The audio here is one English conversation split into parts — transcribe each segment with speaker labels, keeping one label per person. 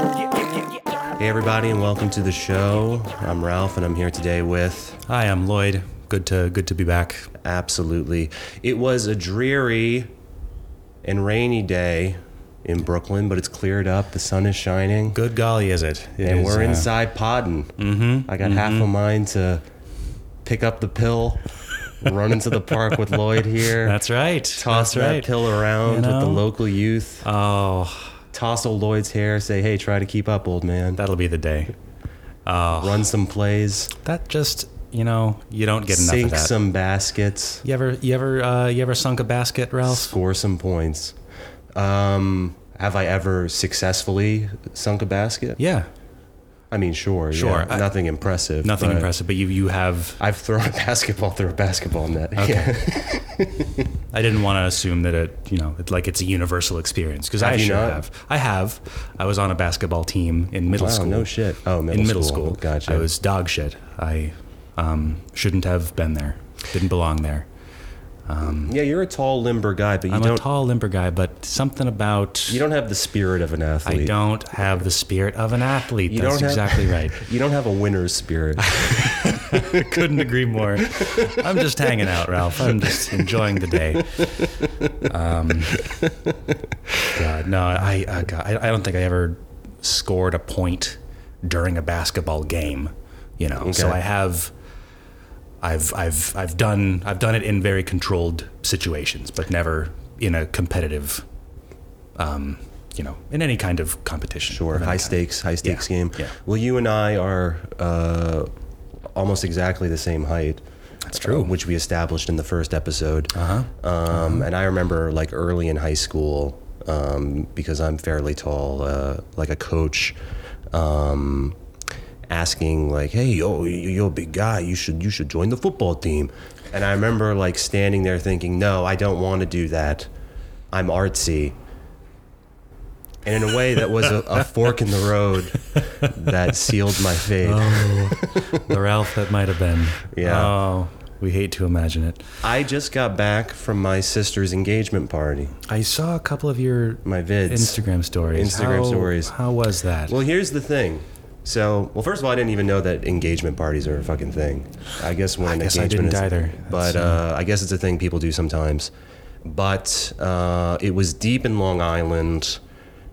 Speaker 1: Hey, everybody, and welcome to the show. I'm Ralph, and I'm here today with
Speaker 2: Hi, I'm Lloyd. Good to good to be back.
Speaker 1: absolutely. It was a dreary and rainy day in Brooklyn, but it's cleared up. The sun is shining,
Speaker 2: Good golly, is it? It
Speaker 1: and
Speaker 2: is,
Speaker 1: we're
Speaker 2: uh,
Speaker 1: inside podding. Mm-hmm, I got half a mind to pick up the pill, run into the park with Lloyd here.
Speaker 2: That's right.
Speaker 1: toss
Speaker 2: That's right.
Speaker 1: that pill around
Speaker 2: You
Speaker 1: with the
Speaker 2: know?
Speaker 1: local youth.
Speaker 2: Oh,
Speaker 1: toss old Lloyd's hair. Say, hey, try to keep up, old man.
Speaker 2: that'll be the day.
Speaker 1: Run some plays.
Speaker 2: That just you know you don't get enough of
Speaker 1: Sink
Speaker 2: that.
Speaker 1: some baskets.
Speaker 2: you ever you ever uh, you ever sunk a basket, Ralph?
Speaker 1: Score some points. Um, have I ever successfully sunk a basket?
Speaker 2: Yeah,
Speaker 1: I mean, sure.
Speaker 2: Sure,
Speaker 1: yeah.
Speaker 2: I-
Speaker 1: nothing impressive.
Speaker 2: nothing
Speaker 1: but
Speaker 2: impressive, but you you have.
Speaker 1: I've thrown a basketball through a basketball net. Yeah.
Speaker 2: I didn't want to assume that it you know it's like it's a universal experience because I
Speaker 1: Have you
Speaker 2: sure
Speaker 1: not?
Speaker 2: have. I have. I was on a basketball team in middle
Speaker 1: Wow,
Speaker 2: school.
Speaker 1: no shit. Oh, middle
Speaker 2: in middle
Speaker 1: school.
Speaker 2: school,
Speaker 1: Gotcha.
Speaker 2: I was dog shit. I um, shouldn't have been there. Didn't belong there.
Speaker 1: Yeah, you're a tall, limber guy, but you
Speaker 2: I'm a
Speaker 1: don't.
Speaker 2: tall, limber guy, but something about
Speaker 1: you don't have the spirit of an athlete.
Speaker 2: I don't have the spirit of an athlete.
Speaker 1: You
Speaker 2: That's
Speaker 1: don't have-
Speaker 2: exactly right.
Speaker 1: You don't have a winner's spirit.
Speaker 2: Couldn't agree more. I'm just hanging out, Ralph. I'm just enjoying the day. Um, God, no, I, uh, God, I, I don't think I ever scored a point during a basketball game. You know, so
Speaker 1: Okay.
Speaker 2: I have. I've I've I've done I've done it in very controlled situations, but never in a competitive, um, you know, in any kind of competition.
Speaker 1: Sure,
Speaker 2: of any
Speaker 1: high
Speaker 2: kind.
Speaker 1: stakes, high stakes
Speaker 2: Oh Yeah,
Speaker 1: game.
Speaker 2: yeah.
Speaker 1: Well, you and I are uh, almost exactly the same height.
Speaker 2: That's true.
Speaker 1: uh, which we established in the first episode. Uh-huh. Um, and I remember like early in high school, um, because I'm fairly tall, uh, like a coach. Um, asking like hey oh you're a big guy you should you should join the football team and i remember like standing there thinking no i don't want to do that i'm artsy and in a way that was a, a fork in the road that sealed my fate.
Speaker 2: the Ralph that might have been.
Speaker 1: Yeah.
Speaker 2: Oh, we hate to imagine it.
Speaker 1: I just got back from my sister's engagement party,
Speaker 2: I saw a couple of your
Speaker 1: my vids.
Speaker 2: Instagram stories.
Speaker 1: Instagram
Speaker 2: How-
Speaker 1: stories.
Speaker 2: How was that?
Speaker 1: Well, here's the thing. So, well, first of all, I didn't even know that engagement parties are a fucking thing. I guess when
Speaker 2: guess I
Speaker 1: engagement
Speaker 2: didn't
Speaker 1: is,
Speaker 2: either.
Speaker 1: but
Speaker 2: That's,
Speaker 1: uh, I guess it's a thing people do sometimes. But uh, it was deep in Long Island,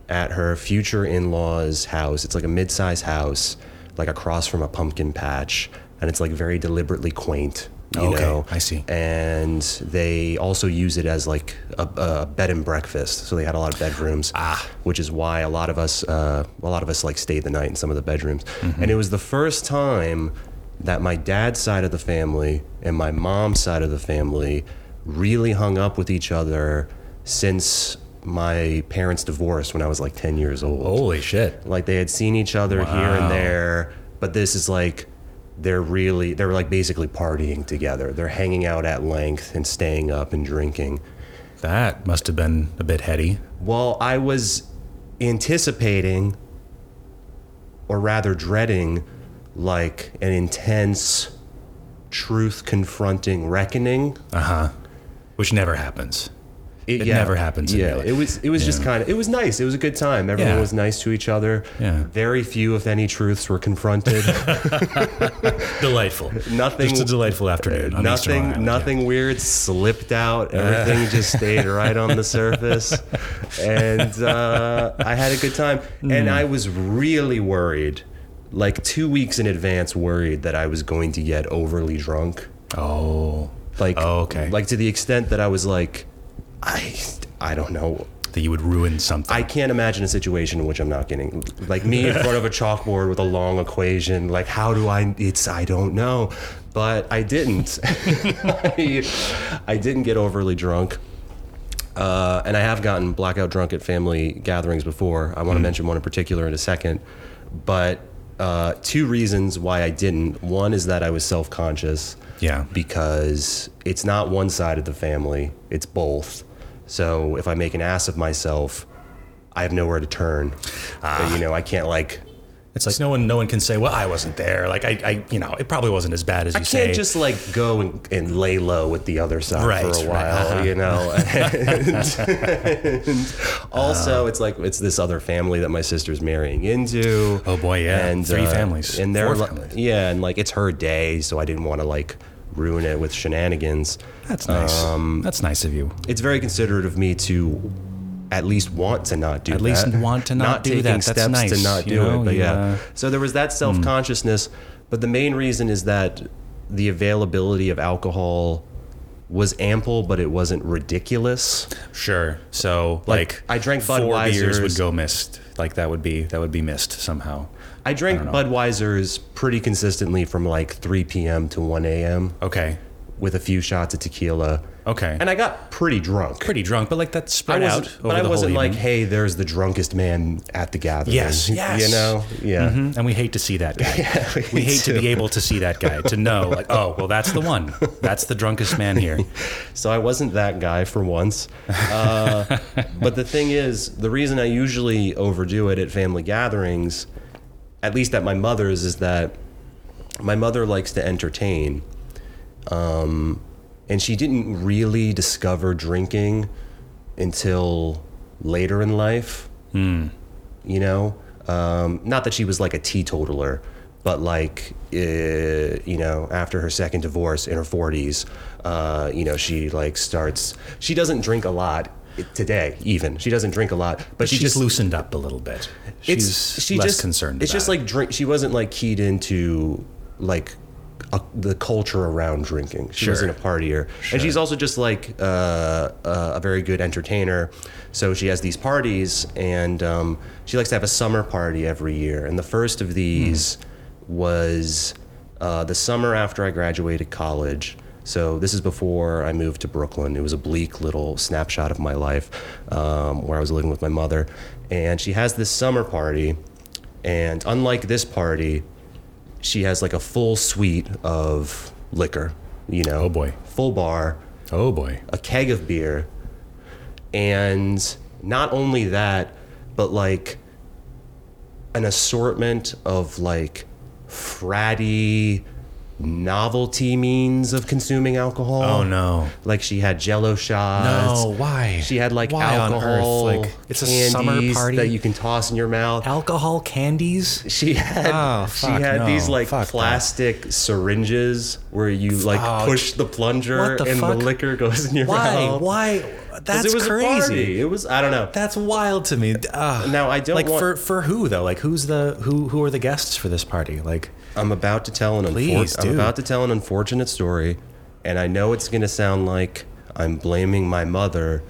Speaker 1: at her future in-laws' house. It's like a mid-sized house, like across from a pumpkin patch, and it's like very deliberately quaint. You
Speaker 2: Okay,
Speaker 1: know?
Speaker 2: I see.
Speaker 1: And they also use it as like a, a bed and breakfast. So they had a lot of bedrooms, ah. which is why a lot of us, uh, a lot of us like stayed the night in some of the bedrooms. And it was the first time that my dad's side of the family and my mom's side of the family really hung up with each other since my parents divorced when I was like 10 years old.
Speaker 2: Holy shit.
Speaker 1: Like they had seen each other here and there, but this is like they're really they're like basically partying together. They're hanging out at length and staying up and drinking.
Speaker 2: That must have been a bit heady.
Speaker 1: Well, I was anticipating or rather dreading like an intense truth confronting reckoning.
Speaker 2: Uh huh. Which never happens. It never happens in
Speaker 1: Yeah,
Speaker 2: real life.
Speaker 1: it was it was just
Speaker 2: Yeah.
Speaker 1: kind of it was nice. It was a good time. Everyone
Speaker 2: Yeah.
Speaker 1: was nice to each other.
Speaker 2: Yeah.
Speaker 1: Very few, if any, truths were confronted.
Speaker 2: Delightful.
Speaker 1: Nothing-
Speaker 2: Just a delightful afternoon. on Easter
Speaker 1: nothing
Speaker 2: Long Island, yeah.
Speaker 1: nothing weird slipped out. Everything just stayed right on the surface, and uh, I had a good time.
Speaker 2: Hmm.
Speaker 1: And I was really worried, like two weeks in advance, worried that I was going to get overly drunk.
Speaker 2: Oh.
Speaker 1: Like
Speaker 2: Oh, okay.
Speaker 1: like to the extent that I was like, I I don't know.
Speaker 2: That you would ruin something.
Speaker 1: I can't imagine a situation in which I'm not getting like me in front of a chalkboard with a long equation. Like, how do I? It's I don't know, but I didn't. I, I didn't get overly drunk, uh, and I have gotten blackout drunk at family gatherings before. I want to mention one in particular in a second, but uh, two reasons why I didn't. One is that I was self conscious
Speaker 2: yeah.
Speaker 1: because it's not one side of the family, it's both. So if I
Speaker 2: Ah.
Speaker 1: make an ass of myself, I have nowhere to turn. you know, I can't like
Speaker 2: It's like no one, no one can say, "Well, I wasn't there." Like I, I you know, it probably wasn't as bad as you
Speaker 1: I
Speaker 2: say.
Speaker 1: can't just like go and, and lay low with the other side
Speaker 2: Right,
Speaker 1: for
Speaker 2: right,
Speaker 1: a while,
Speaker 2: uh-huh.
Speaker 1: you know. And also,
Speaker 2: Uh.
Speaker 1: it's like it's this other family that my sister's marrying into. uh,
Speaker 2: Oh, boy, yeah. Three families.
Speaker 1: and they're
Speaker 2: Four
Speaker 1: li-
Speaker 2: families.
Speaker 1: yeah, and like it's her day, so I didn't want to like ruin it with shenanigans.
Speaker 2: That's nice.
Speaker 1: Um,
Speaker 2: That's nice of you.
Speaker 1: It's very considerate of me to at least want to not do
Speaker 2: At least
Speaker 1: that.
Speaker 2: want to not do
Speaker 1: taking
Speaker 2: that. That's
Speaker 1: steps
Speaker 2: nice,
Speaker 1: to not do
Speaker 2: you know?
Speaker 1: it but yeah.
Speaker 2: Yeah. Hmm.
Speaker 1: so there was that self-consciousness but the main reason is that the availability of alcohol was ample but it wasn't ridiculous
Speaker 2: Sure. So like,
Speaker 1: I drank
Speaker 2: four beers
Speaker 1: Budweisers.
Speaker 2: would go missed. Like that would be that would be missed somehow.
Speaker 1: i drank
Speaker 2: know.
Speaker 1: budweiser's pretty consistently from like 3 p.m to 1 a.m
Speaker 2: Okay.
Speaker 1: with a few shots of tequila
Speaker 2: Okay.
Speaker 1: and i got pretty drunk
Speaker 2: pretty drunk, but like that
Speaker 1: I
Speaker 2: spread out.
Speaker 1: wasn't,
Speaker 2: over
Speaker 1: but I
Speaker 2: the
Speaker 1: wasn't
Speaker 2: whole
Speaker 1: like,
Speaker 2: evening.
Speaker 1: "Hey, there's the drunkest man at the gathering."
Speaker 2: Yes, yes.
Speaker 1: you know, yeah.
Speaker 2: Mhm, and we hate to see that guy. we hate to be able to see that guy to know like, oh, well, that's the one. That's the drunkest man here.
Speaker 1: So I wasn't that guy for once. Uh, but the thing is, the reason I usually overdo it at family gatherings, at least at my mother's, is that my mother likes to entertain. Um, and she didn't really discover drinking until later in life.
Speaker 2: Hmm.
Speaker 1: You know? Um, not that she was like a teetotaler, but like, uh, you know, after her second divorce in her 40s, uh, you know, she like starts, she doesn't drink a lot today, even. She doesn't drink a lot, but she
Speaker 2: She's
Speaker 1: just
Speaker 2: loosened up a little bit. She's
Speaker 1: she
Speaker 2: less
Speaker 1: just,
Speaker 2: concerned.
Speaker 1: It's
Speaker 2: about
Speaker 1: just
Speaker 2: it.
Speaker 1: like drink. She wasn't like keyed into like a, the culture around drinking. She
Speaker 2: Sure.
Speaker 1: wasn't a partier, and she's also just like uh, uh, a very good entertainer. So she has these parties, and um, she likes to have a summer party every year. And the first of these was uh, the summer after I graduated college. So this is before I moved to Brooklyn. It was a bleak little snapshot of my life, um, where I was living with my mother, and she has this summer party, and unlike this party, she has like a full suite of liquor. You know,
Speaker 2: Oh, boy.
Speaker 1: full bar,
Speaker 2: oh boy.
Speaker 1: a keg of beer, and not only that, but like an assortment of like fratty novelty means of consuming alcohol.
Speaker 2: Oh no.
Speaker 1: Like she had jello shots.
Speaker 2: No, why?
Speaker 1: She had like
Speaker 2: Why on earth?
Speaker 1: alcohol
Speaker 2: Like, it's a summer
Speaker 1: candies
Speaker 2: party?
Speaker 1: that you can toss in your mouth.
Speaker 2: Alcohol candies?
Speaker 1: She had
Speaker 2: Oh,
Speaker 1: she
Speaker 2: fuck,
Speaker 1: had
Speaker 2: no.
Speaker 1: these like
Speaker 2: Fuck that.
Speaker 1: plastic syringes where you like
Speaker 2: Oh,
Speaker 1: push the plunger
Speaker 2: what the
Speaker 1: and the
Speaker 2: fuck?
Speaker 1: liquor goes in your
Speaker 2: Why?
Speaker 1: mouth.
Speaker 2: Why?
Speaker 1: 'Cause
Speaker 2: That's
Speaker 1: it was a
Speaker 2: crazy.
Speaker 1: party. It was I don't know.
Speaker 2: That's wild to me. Ugh.
Speaker 1: Now, I don't
Speaker 2: like
Speaker 1: want-
Speaker 2: for for who though. Like who's the who who are the guests for this party? Like
Speaker 1: I'm about to tell an
Speaker 2: Please,
Speaker 1: unfor- I'm
Speaker 2: dude.
Speaker 1: about to tell an unfortunate story, and I know it's gonna sound like I'm blaming my mother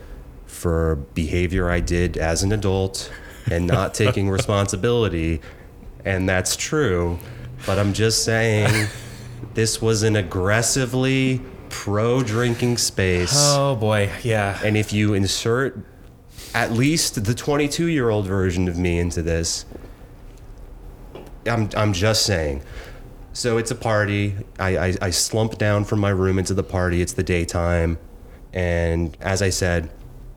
Speaker 1: for behavior I did as an adult and not taking responsibility, and that's true. But I'm just saying, this was an aggressively pro drinking space.
Speaker 2: oh boy, yeah.
Speaker 1: And if you insert at least the 22 year old version of me into this, I'm, I'm just saying. So it's a party. I, I, I slump down from my room into the party. It's the daytime. And as I said,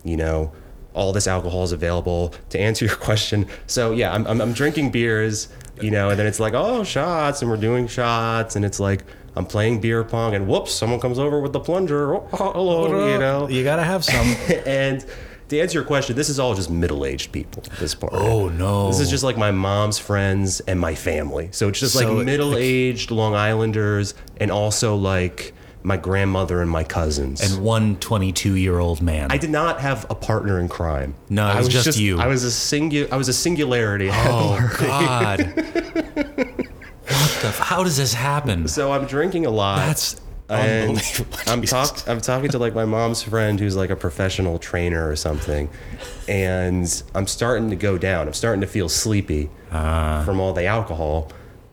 Speaker 1: you know, all this alcohol is available to answer your question. So yeah, I'm, I'm, I'm drinking beers, you know, and then it's like, oh, shots, and we're doing shots. And it's like, I'm playing beer pong, and whoops, someone comes over with the plunger. Oh, hello, you know
Speaker 2: you gotta have some.
Speaker 1: and to answer your question, this is all just middle-aged people. at This part.
Speaker 2: Oh, no.
Speaker 1: This is just like my mom's friends and my family. So it's just
Speaker 2: So it-
Speaker 1: like middle-aged Long Islanders, and also like my grandmother and my cousins.
Speaker 2: and one 22 year old man.
Speaker 1: I did not have a partner in crime.
Speaker 2: No, it
Speaker 1: I
Speaker 2: was just you.
Speaker 1: I was a singu- I was a singularity.
Speaker 2: oh God. what the? f- How does this happen?
Speaker 1: so I'm drinking a lot.
Speaker 2: That's
Speaker 1: And
Speaker 2: unbelievable.
Speaker 1: I'm talk I'm talking to like my mom's friend who's like a professional trainer or something, and I'm starting to go down. I'm starting to feel sleepy
Speaker 2: Ah.
Speaker 1: from all the alcohol,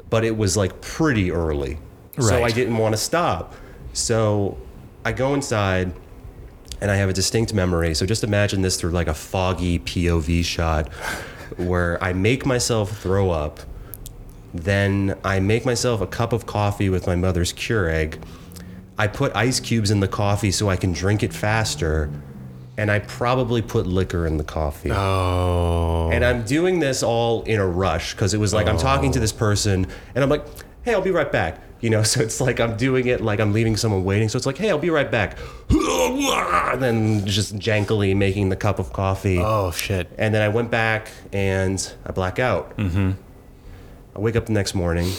Speaker 1: but it was like pretty early, so
Speaker 2: Right.
Speaker 1: I didn't want to stop. So I go inside, and I have a distinct memory. So just imagine this through like a foggy POV shot, where I make myself throw up. Then I make myself a cup of coffee with my mother's Keurig. I put ice cubes in the coffee so I can drink it faster. and I probably put liquor in the coffee.
Speaker 3: Oh.
Speaker 1: And I'm doing this all in a rush because it was like I'm talking to this person and I'm like, hey, I'll be right back. You know, so it's like I'm doing it like I'm leaving someone waiting. So it's like, hey, I'll be right back. And then just jankily making the cup of coffee.
Speaker 3: Oh shit.
Speaker 1: And then I went back and I black out. Mm-hmm. I wake up the next morning.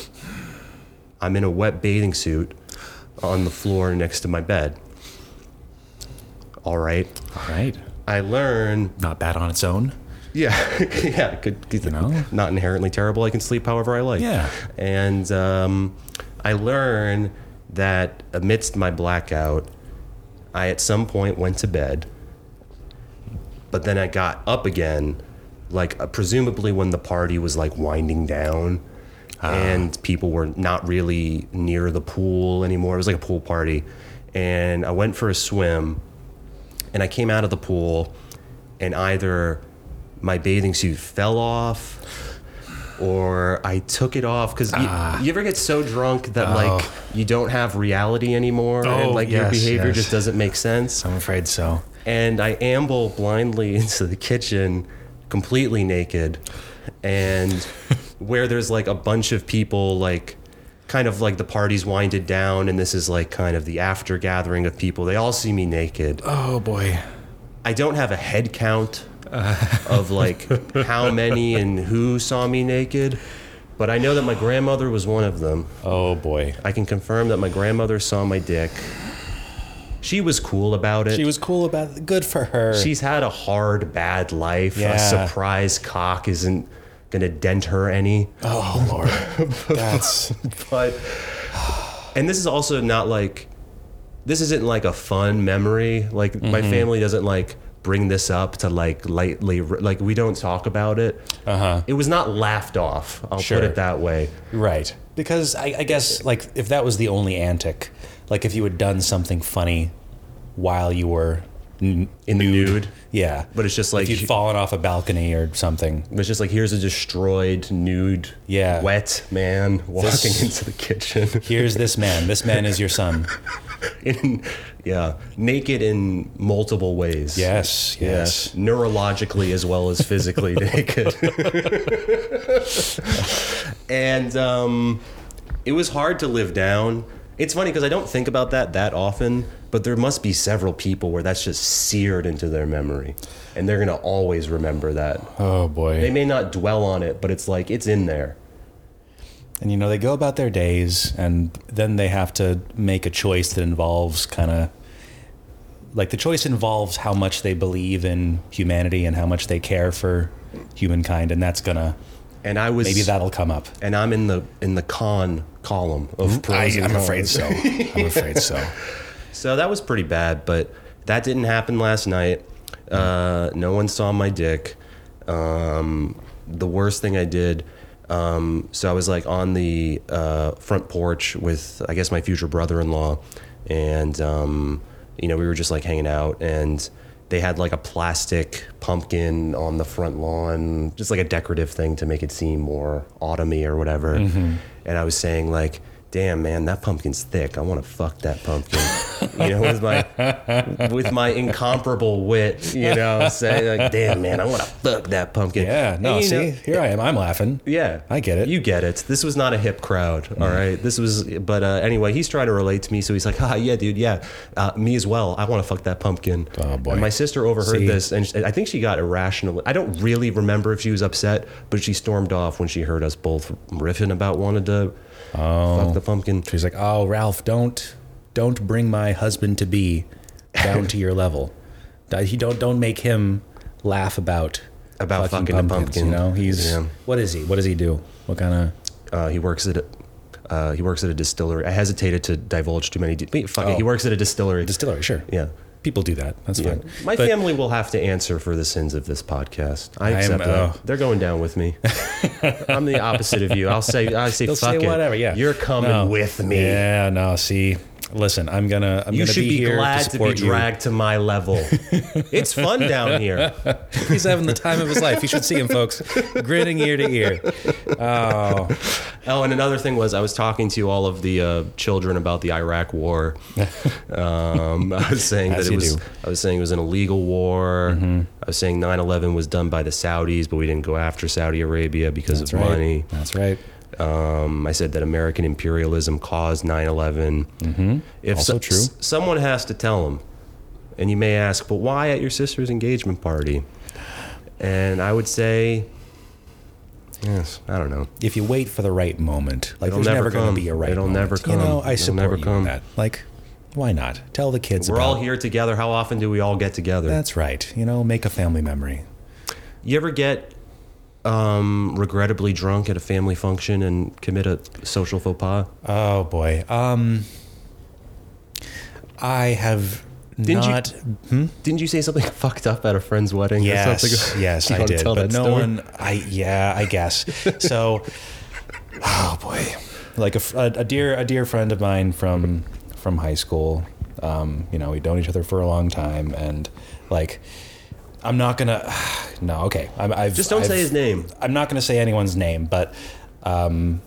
Speaker 1: I'm in a wet bathing suit on the floor next to my bed. All right.
Speaker 3: All right.
Speaker 1: I learn
Speaker 3: Not bad on its own.
Speaker 1: yeah, yeah. Could, could-
Speaker 3: You know?
Speaker 1: not inherently terrible. I can sleep however I like.
Speaker 3: Yeah.
Speaker 1: And um, I learn that amidst my blackout, I at some point went to bed, but then I got up again, like uh, presumably when the party was like winding down.
Speaker 3: Ah.
Speaker 1: And people were not really near the pool anymore. It was like a pool party. And I went for a swim and I came out of the pool, and either my bathing suit fell off, or I took it off because you,
Speaker 3: Ah.
Speaker 1: you ever get so drunk that like you don't have reality anymore, and
Speaker 3: Oh,
Speaker 1: like your
Speaker 3: yes,
Speaker 1: behavior
Speaker 3: yes.
Speaker 1: just doesn't make sense.
Speaker 3: I'm afraid so.
Speaker 1: And I amble blindly into the kitchen, completely naked, and where there's like a bunch of people like. Kind of like the party's winded down, and this is like kind of the after gathering of people. They all see me naked.
Speaker 3: Oh boy.
Speaker 1: I don't have a head count of like how many and who saw me naked, but I know that my grandmother was one of them.
Speaker 3: Oh boy.
Speaker 1: I can confirm that my grandmother saw my dick. She was cool about it.
Speaker 2: She was cool about it. Good for her.
Speaker 1: She's had a hard, bad life.
Speaker 2: Yeah.
Speaker 1: A surprise cock isn't gonna dent her any.
Speaker 2: oh lord, that's
Speaker 1: But and this is also not like this isn't like a fun memory. Like my family doesn't like bring this up to like lightly like we don't talk about it. Uh-huh. It was not laughed off. I'll
Speaker 2: Sure.
Speaker 1: put it that way.
Speaker 2: right. Because I, I guess like if that was the only antic, like if you had done something funny while you were n-
Speaker 1: In the nude.
Speaker 2: yeah,
Speaker 1: But it's just like
Speaker 2: if you'd fallen off a balcony or something.
Speaker 1: it's just like here's a destroyed nude
Speaker 2: Yeah.
Speaker 1: wet man walking
Speaker 2: This-
Speaker 1: into the kitchen.
Speaker 2: Here's this man. This man is your son.
Speaker 1: in yeah, naked in multiple ways.
Speaker 2: Yes,
Speaker 1: Yeah,
Speaker 2: yes.
Speaker 1: neurologically as well as physically naked. and um, it was hard to live down. It's funny because I don't think about that that often, but there must be several people where that's just seared into their memory, and they're gonna always remember that.
Speaker 2: Oh boy.
Speaker 1: They may not dwell on it, but it's like it's in there.
Speaker 2: And you know, they go about their days and then they have to make a choice that involves kind of like the choice involves how much they believe in humanity and how much they care for humankind and that's gonna
Speaker 1: And I was
Speaker 2: maybe that'll come up.
Speaker 1: and I'm in the in the con column of pros and cons.
Speaker 2: I'm afraid so.
Speaker 1: So that was pretty bad, but that didn't happen last night. Uh, no one saw my dick. Um, the worst thing I did. Um, so I was like on the uh, front porch with, I guess, my future brother-in-law, and um, you know we were just like hanging out, and they had like a plastic pumpkin on the front lawn, just like a decorative thing to make it seem more autumny or whatever.
Speaker 2: Mm-hmm.
Speaker 1: And I was saying like, "Damn, man, that pumpkin's thick. I want to fuck that pumpkin." you know, with my with my incomparable wit, you know, saying like, "Damn, man, I want to fuck that pumpkin."
Speaker 2: Yeah, no,
Speaker 1: And, you
Speaker 2: see,
Speaker 1: know,
Speaker 2: here I am. I'm laughing.
Speaker 1: yeah,
Speaker 2: I get it. Mm.
Speaker 1: You get it. This was not a hip crowd, all right. This was, but uh, anyway, he's trying to relate to me, so he's like, "Ah, yeah, dude, yeah, uh, me as well. I want to fuck that pumpkin."
Speaker 2: Oh, boy.
Speaker 1: And my sister overheard
Speaker 2: See?
Speaker 1: this, and sh- I think she got irrational. I don't really remember if she was upset, but she stormed off when she heard us both riffing about wanted to
Speaker 2: Oh.
Speaker 1: fuck the pumpkin.
Speaker 2: She's like, Oh Ralph, don't don't bring my husband to be down to your level. He don't don't make him laugh about
Speaker 1: About fucking a
Speaker 2: pumpkins,
Speaker 1: pumpkin.
Speaker 2: You know, he's
Speaker 1: Yeah.
Speaker 2: what is he? What does he do? What kind of
Speaker 1: Uh, he works at a, uh, he works at a distillery. I hesitated to divulge too many. De- wait,
Speaker 2: Oh.
Speaker 1: fuck it. He works at a distillery.
Speaker 2: distillery? Sure.
Speaker 1: yeah.
Speaker 2: People do that. That's
Speaker 1: Yeah.
Speaker 2: fine.
Speaker 1: My
Speaker 2: But-
Speaker 1: family will have to answer for the sins of this podcast. I
Speaker 2: I'm,
Speaker 1: accept
Speaker 2: uh,
Speaker 1: that. They're going down with me. I'm the opposite of you. I'll say I say
Speaker 2: They'll
Speaker 1: fuck
Speaker 2: say
Speaker 1: it.
Speaker 2: whatever. Yeah.
Speaker 1: You're coming
Speaker 2: No.
Speaker 1: with me.
Speaker 2: Yeah. No. See, Listen, I'm gonna I'm
Speaker 1: You
Speaker 2: gonna
Speaker 1: should
Speaker 2: be,
Speaker 1: be,
Speaker 2: here
Speaker 1: glad
Speaker 2: to
Speaker 1: to,
Speaker 2: support
Speaker 1: be dragged to my level. it's fun down here.
Speaker 2: you. He's having the time of his life. You should see him, folks, grinning ear to ear. Oh,
Speaker 1: Oh, and another thing was I was talking to all of the uh, children about the Iraq War. Um, I was saying
Speaker 2: As
Speaker 1: that it
Speaker 2: you
Speaker 1: was.
Speaker 2: do. Mm-hmm.
Speaker 1: I was saying it was an illegal war. I was saying 9/11 was done by the Saudis, but we didn't go after Saudi Arabia because
Speaker 2: that's
Speaker 1: of
Speaker 2: right.
Speaker 1: money.
Speaker 2: That's right.
Speaker 1: Um, I said that American imperialism caused 9/11. Mm-hmm. If
Speaker 2: Also
Speaker 1: so-
Speaker 2: true.
Speaker 1: s- someone has to tell them, and you may ask, but why at your sister's engagement party? And I would say, yes, I don't know.
Speaker 2: If you wait for the right moment, like
Speaker 1: It'll
Speaker 2: there's
Speaker 1: never
Speaker 2: never, going
Speaker 1: come.
Speaker 2: to be a right.
Speaker 1: It'll
Speaker 2: moment.
Speaker 1: never
Speaker 2: You
Speaker 1: come.
Speaker 2: know, I
Speaker 1: It'll
Speaker 2: support
Speaker 1: never
Speaker 2: you in
Speaker 1: come.
Speaker 2: that. Like, why not? Tell the kids.
Speaker 1: We're
Speaker 2: about
Speaker 1: all
Speaker 2: it.
Speaker 1: here together. How often do we all get together?
Speaker 2: That's right. You know, make a family memory.
Speaker 1: you ever get um, regrettably drunk at a family function and commit a social faux pas?
Speaker 2: Oh boy. Um, I have
Speaker 1: Didn't you-
Speaker 2: not.
Speaker 1: Didn't you say something fucked up at a friend's wedding? or
Speaker 2: Yes,
Speaker 1: something?
Speaker 2: yes,
Speaker 1: You
Speaker 2: I
Speaker 1: wanna
Speaker 2: did.
Speaker 1: tell
Speaker 2: But
Speaker 1: that
Speaker 2: no
Speaker 1: story?
Speaker 2: one. I yeah, I guess. so, oh boy, like a, fr- a, a dear a dear friend of mine from from high school. Um, you know, we'd known each other for a long time, and like, I'm not gonna. No, okay. I'm, I've
Speaker 1: Just don't
Speaker 2: I've-
Speaker 1: say his name.
Speaker 2: I'm not gonna say anyone's name, but um,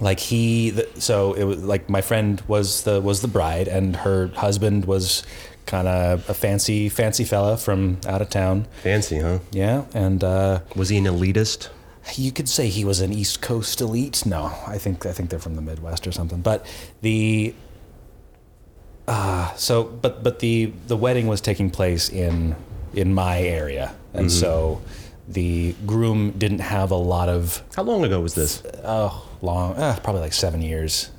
Speaker 2: like he th so it was like my friend was the was the bride and her husband was kind of a fancy fancy fella from out of town
Speaker 1: Fancy, huh?
Speaker 2: yeah and uh,
Speaker 1: Was he an elitist?
Speaker 2: you could say he was an east coast elite no i think i think they're from the midwest or something but the uh, so but but the the wedding was taking place in in my area and so the groom didn't have a lot of
Speaker 1: How long ago was this?
Speaker 2: oh long uh, probably like seven years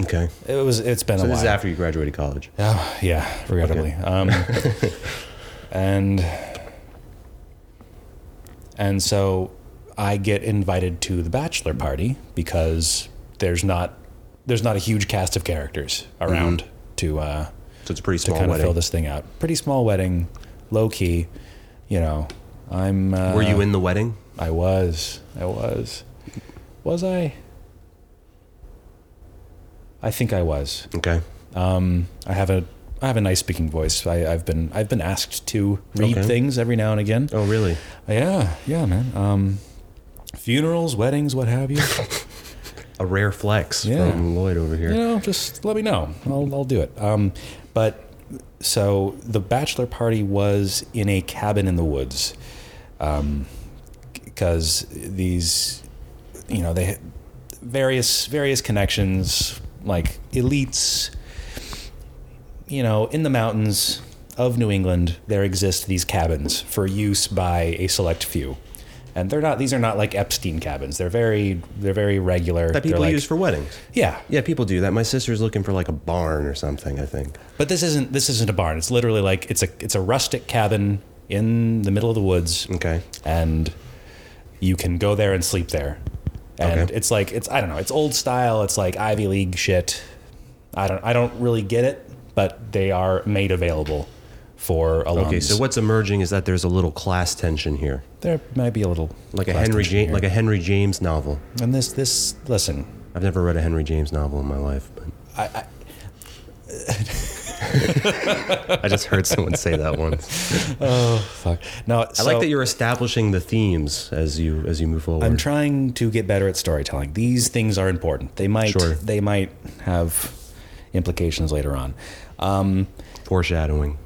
Speaker 1: Okay.
Speaker 2: it was it's been
Speaker 1: So
Speaker 2: a
Speaker 1: this
Speaker 2: while
Speaker 1: is after you graduated college.
Speaker 2: Oh, yeah, regrettably. Um, and and so I get invited to the bachelor party because there's not there's not a huge cast of characters around to uh,
Speaker 1: So it's a pretty
Speaker 2: to
Speaker 1: Mm-hmm. small
Speaker 2: kind of fill
Speaker 1: wedding.
Speaker 2: this thing out. Pretty small wedding, low key. You know, I'm. Uh,
Speaker 1: Were you in the wedding?
Speaker 2: I was. I was. Was I? I think I was.
Speaker 1: Okay.
Speaker 2: Um, I have a I have a nice speaking voice. I, I've been I've been asked to read
Speaker 1: Okay.
Speaker 2: things every now and again.
Speaker 1: Oh, really?
Speaker 2: Yeah, yeah, man. Um, funerals, weddings, what have you.
Speaker 1: A rare flex
Speaker 2: Yeah.
Speaker 1: from Lloyd over here.
Speaker 2: you know, just let me know. I'll I'll do it. Um, but so the bachelor party was in a cabin in the woods, um, because these, you know, they various various connections like elites. you know, in the mountains of New England, there exist these cabins for use by a select few. And they're not; these are not like Epstein cabins. They're very, they're very regular.
Speaker 1: That
Speaker 2: They're
Speaker 1: people
Speaker 2: like-
Speaker 1: use for weddings.
Speaker 2: yeah.
Speaker 1: Yeah, people do that. My sister's looking for like a barn or something, I think.
Speaker 2: But this isn't this isn't a barn. It's literally like it's a it's a rustic cabin in the middle of the woods,
Speaker 1: Okay.
Speaker 2: and you can go there and sleep there. And
Speaker 1: Okay.
Speaker 2: it's like it's I don't know. It's old style. It's like Ivy League shit. I don't I don't really get it, but they are made available for alums.
Speaker 1: Okay, so what's emerging is that there's a little class tension here.
Speaker 2: there might be a little
Speaker 1: Like a
Speaker 2: class
Speaker 1: Henry
Speaker 2: tension
Speaker 1: James
Speaker 2: here.
Speaker 1: like a Henry James novel.
Speaker 2: and this this listen
Speaker 1: I've never read a Henry James novel in my life, but I, I, just heard someone say that once.
Speaker 2: fuck no
Speaker 1: I like that you're establishing the themes as you as you move forward.
Speaker 2: I'm trying to get better at storytelling. These things are important. They might
Speaker 1: Sure.
Speaker 2: they might have implications later on. Um,
Speaker 1: Foreshadowing.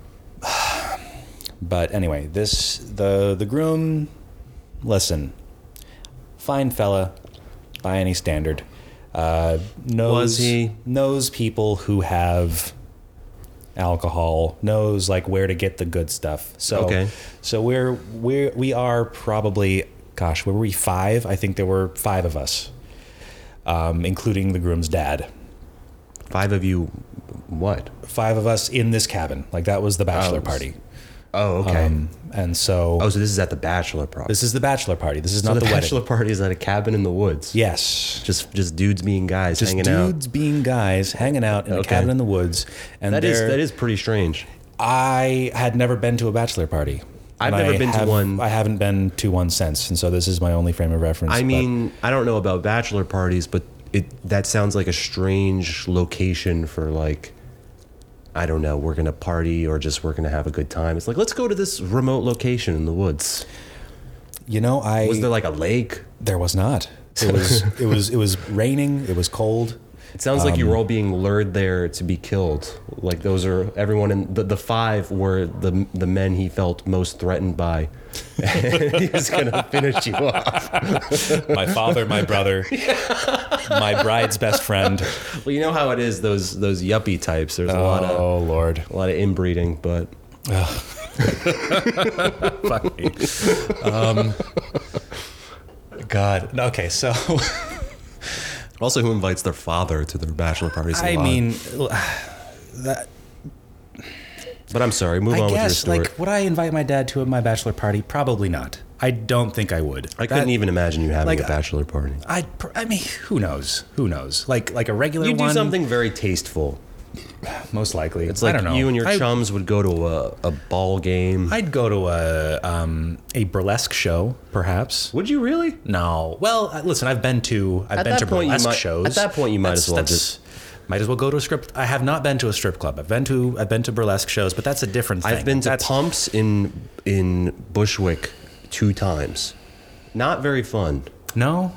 Speaker 2: but anyway, this the the groom. Listen, fine fella, by any standard. Uh, knows
Speaker 1: Was he?
Speaker 2: knows people who have alcohol. Knows like where to get the good stuff. So
Speaker 1: Okay.
Speaker 2: so we're we we are probably gosh were we five? I think there were five of us, um, including the groom's dad.
Speaker 1: Five of you, what?
Speaker 2: Five of us in this cabin. Like that was the bachelor
Speaker 1: Oh,
Speaker 2: party.
Speaker 1: Oh, okay.
Speaker 2: Um, and so
Speaker 1: oh, so this is at the bachelor party.
Speaker 2: this is the bachelor party. This is
Speaker 1: so
Speaker 2: not
Speaker 1: the,
Speaker 2: the, wedding.
Speaker 1: bachelor party is at a cabin in the woods.
Speaker 2: Yes.
Speaker 1: Just just dudes being guys
Speaker 2: Just
Speaker 1: hanging out.
Speaker 2: dudes being guys hanging out in a
Speaker 1: Okay.
Speaker 2: cabin in the woods. And
Speaker 1: That is
Speaker 2: they're-
Speaker 1: that is pretty strange.
Speaker 2: I had never been to a bachelor party.
Speaker 1: I've
Speaker 2: And
Speaker 1: never
Speaker 2: I
Speaker 1: been to
Speaker 2: have-
Speaker 1: one.
Speaker 2: I haven't been to one since, and so this is my only frame of reference.
Speaker 1: I
Speaker 2: but-
Speaker 1: mean, I don't know about bachelor parties, but it that sounds like a strange location for like I don't know, we're going to party or just we're going to have a good time. It's like, let's go to this remote location in the woods.
Speaker 2: You know, I
Speaker 1: Was there like a lake?
Speaker 2: there was not. It was it was it was raining. It was cold.
Speaker 1: It sounds like
Speaker 2: Um,
Speaker 1: you were all being lured there to be killed. Like those are everyone in the, the five were the the men he felt most threatened by. he was gonna finish you off.
Speaker 2: My father, my brother, my bride's best friend.
Speaker 1: Well, you know how it is those those yuppie types. There's a lot of
Speaker 2: Oh Lord.
Speaker 1: a lot of inbreeding, but
Speaker 3: Fuck me.
Speaker 2: God. Okay, so
Speaker 1: also who invites their father to their bachelor parties?
Speaker 2: I mean that
Speaker 1: but I'm sorry. Move
Speaker 2: I
Speaker 1: on
Speaker 2: guess
Speaker 1: with your story.
Speaker 2: like would I invite my dad to my bachelor party? Probably not. I don't think I would.
Speaker 1: I couldn't
Speaker 2: That-
Speaker 1: even imagine you having
Speaker 2: like,
Speaker 1: a bachelor party.
Speaker 2: I pr- I mean, who knows? Who knows? Like like a regular
Speaker 1: You
Speaker 2: one
Speaker 1: do something very tasteful.
Speaker 2: most likely.
Speaker 1: It's like
Speaker 2: I don't know.
Speaker 1: you and your
Speaker 2: I-
Speaker 1: chums would go to a, a ball game.
Speaker 2: I'd go to a um, a burlesque show, perhaps.
Speaker 1: would you really?
Speaker 2: No. Well, uh, listen, I've been to I've
Speaker 1: At
Speaker 2: been
Speaker 1: that
Speaker 2: to
Speaker 1: point, you
Speaker 2: burlesque
Speaker 1: might-
Speaker 2: shows.
Speaker 1: at that point, you might as well just-
Speaker 2: might as well go to a strip. I have not been to a strip club. I've been to I've been to burlesque shows, but that's a different thing.
Speaker 1: I've been to
Speaker 2: That's-
Speaker 1: pumps in in Bushwick two times. Not very fun.
Speaker 2: No.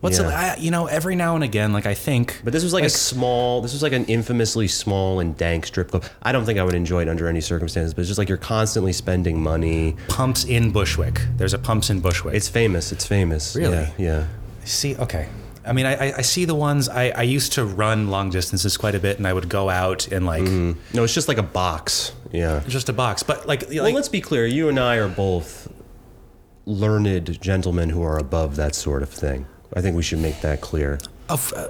Speaker 2: What's
Speaker 1: Yeah.
Speaker 2: the- I- you know every now and again like I think
Speaker 1: But this was like, a small. This was like an infamously small and dank strip club. I don't think I would enjoy it under any circumstances. But it's just like you're constantly spending money.
Speaker 2: pumps in Bushwick. There's a pumps in Bushwick.
Speaker 1: It's famous. It's famous.
Speaker 2: Really?
Speaker 1: Yeah. yeah.
Speaker 2: See, okay. I mean, I, I- I see the ones I, I used to run long distances quite a bit, and I would go out and like
Speaker 1: No, it's just like a box. Yeah.
Speaker 2: just a box. But like, like
Speaker 1: well, let's be clear. You and I are both learned gentlemen who are above that sort of thing. I think we should make that clear.
Speaker 2: of, uh,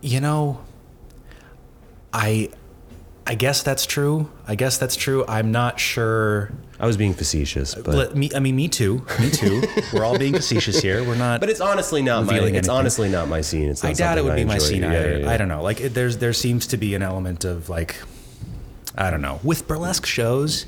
Speaker 2: you know, I I guess that's true. I guess that's true. I'm not sure.
Speaker 1: I was being facetious, but
Speaker 2: Let me. I mean, me too. Me too. We're all being facetious here. We're not.
Speaker 1: But it's honestly not my. It's
Speaker 2: Revealing anything.
Speaker 1: honestly not my scene. It's not
Speaker 2: I doubt it
Speaker 1: something
Speaker 2: would be my
Speaker 1: enjoy.
Speaker 2: scene
Speaker 1: Yeah,
Speaker 2: either.
Speaker 1: yeah, yeah.
Speaker 2: I don't know. Like it, there's there seems to be an element of like I don't know. With burlesque shows,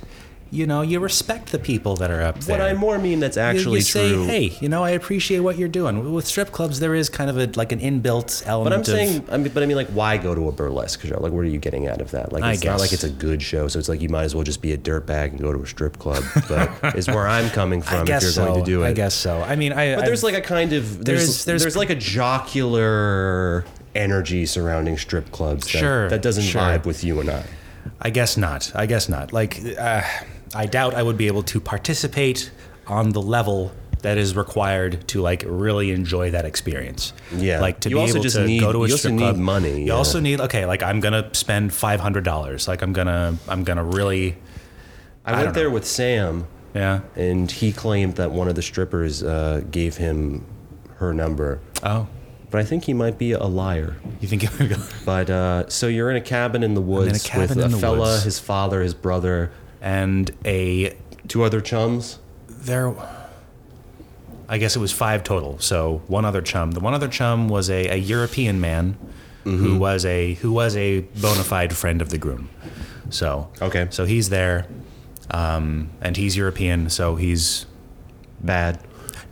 Speaker 2: you know, you respect the people that are up there.
Speaker 1: What I more mean that's
Speaker 2: You-
Speaker 1: actually
Speaker 2: you say,
Speaker 1: true.
Speaker 2: hey, you know, I appreciate what you're doing. With strip clubs, there is kind of a like an inbuilt element.
Speaker 1: but I'm
Speaker 2: of,
Speaker 1: saying, I mean, but I mean, like, why go to a burlesque show? Like, what are you getting out of that? Like,
Speaker 2: I
Speaker 1: it's not
Speaker 2: guess.
Speaker 1: like it's a good show, so it's like you might as well just be a dirtbag and go to a strip club. But is where I'm coming
Speaker 2: I
Speaker 1: from.
Speaker 2: guess
Speaker 1: if you're
Speaker 2: so.
Speaker 1: going to do it,
Speaker 2: I guess so. I mean, I
Speaker 1: But there's like a kind of
Speaker 2: There's-
Speaker 1: there's there's,
Speaker 2: there's-
Speaker 1: like a jocular energy surrounding strip clubs. That,
Speaker 2: Sure,
Speaker 1: that doesn't
Speaker 2: sure.
Speaker 1: vibe with you and I.
Speaker 2: I guess not. I guess not. Like, uh, I doubt I would be able to participate on the level that is required to like really enjoy that experience.
Speaker 1: Yeah.
Speaker 2: Like to
Speaker 1: You
Speaker 2: be
Speaker 1: also
Speaker 2: able
Speaker 1: just
Speaker 2: to
Speaker 1: need-
Speaker 2: go to a
Speaker 1: you also
Speaker 2: strip
Speaker 1: need
Speaker 2: club.
Speaker 1: money,
Speaker 2: You
Speaker 1: yeah.
Speaker 2: also need okay. Like I'm gonna spend five hundred dollars. Like I'm gonna I'm gonna really
Speaker 1: I,
Speaker 2: don't
Speaker 1: went there
Speaker 2: know.
Speaker 1: with Sam.
Speaker 2: yeah.
Speaker 1: and he claimed that one of the strippers uh, gave him her number.
Speaker 2: Oh,
Speaker 1: But I think he might be a liar.
Speaker 2: you think it would go?
Speaker 1: But uh, so you're in a cabin in the woods
Speaker 2: cabin in
Speaker 1: with
Speaker 2: the
Speaker 1: a fella,
Speaker 2: woods.
Speaker 1: his father, his brother,
Speaker 2: and a
Speaker 1: two other chums.
Speaker 2: there. I guess it was five total. So one other chum. The one other chum was a, a European man
Speaker 1: Mm-hmm.
Speaker 2: who was a who was a bona fide friend of the groom. So
Speaker 1: Okay.
Speaker 2: So he's there, um, and he's European. So he's
Speaker 1: Bad.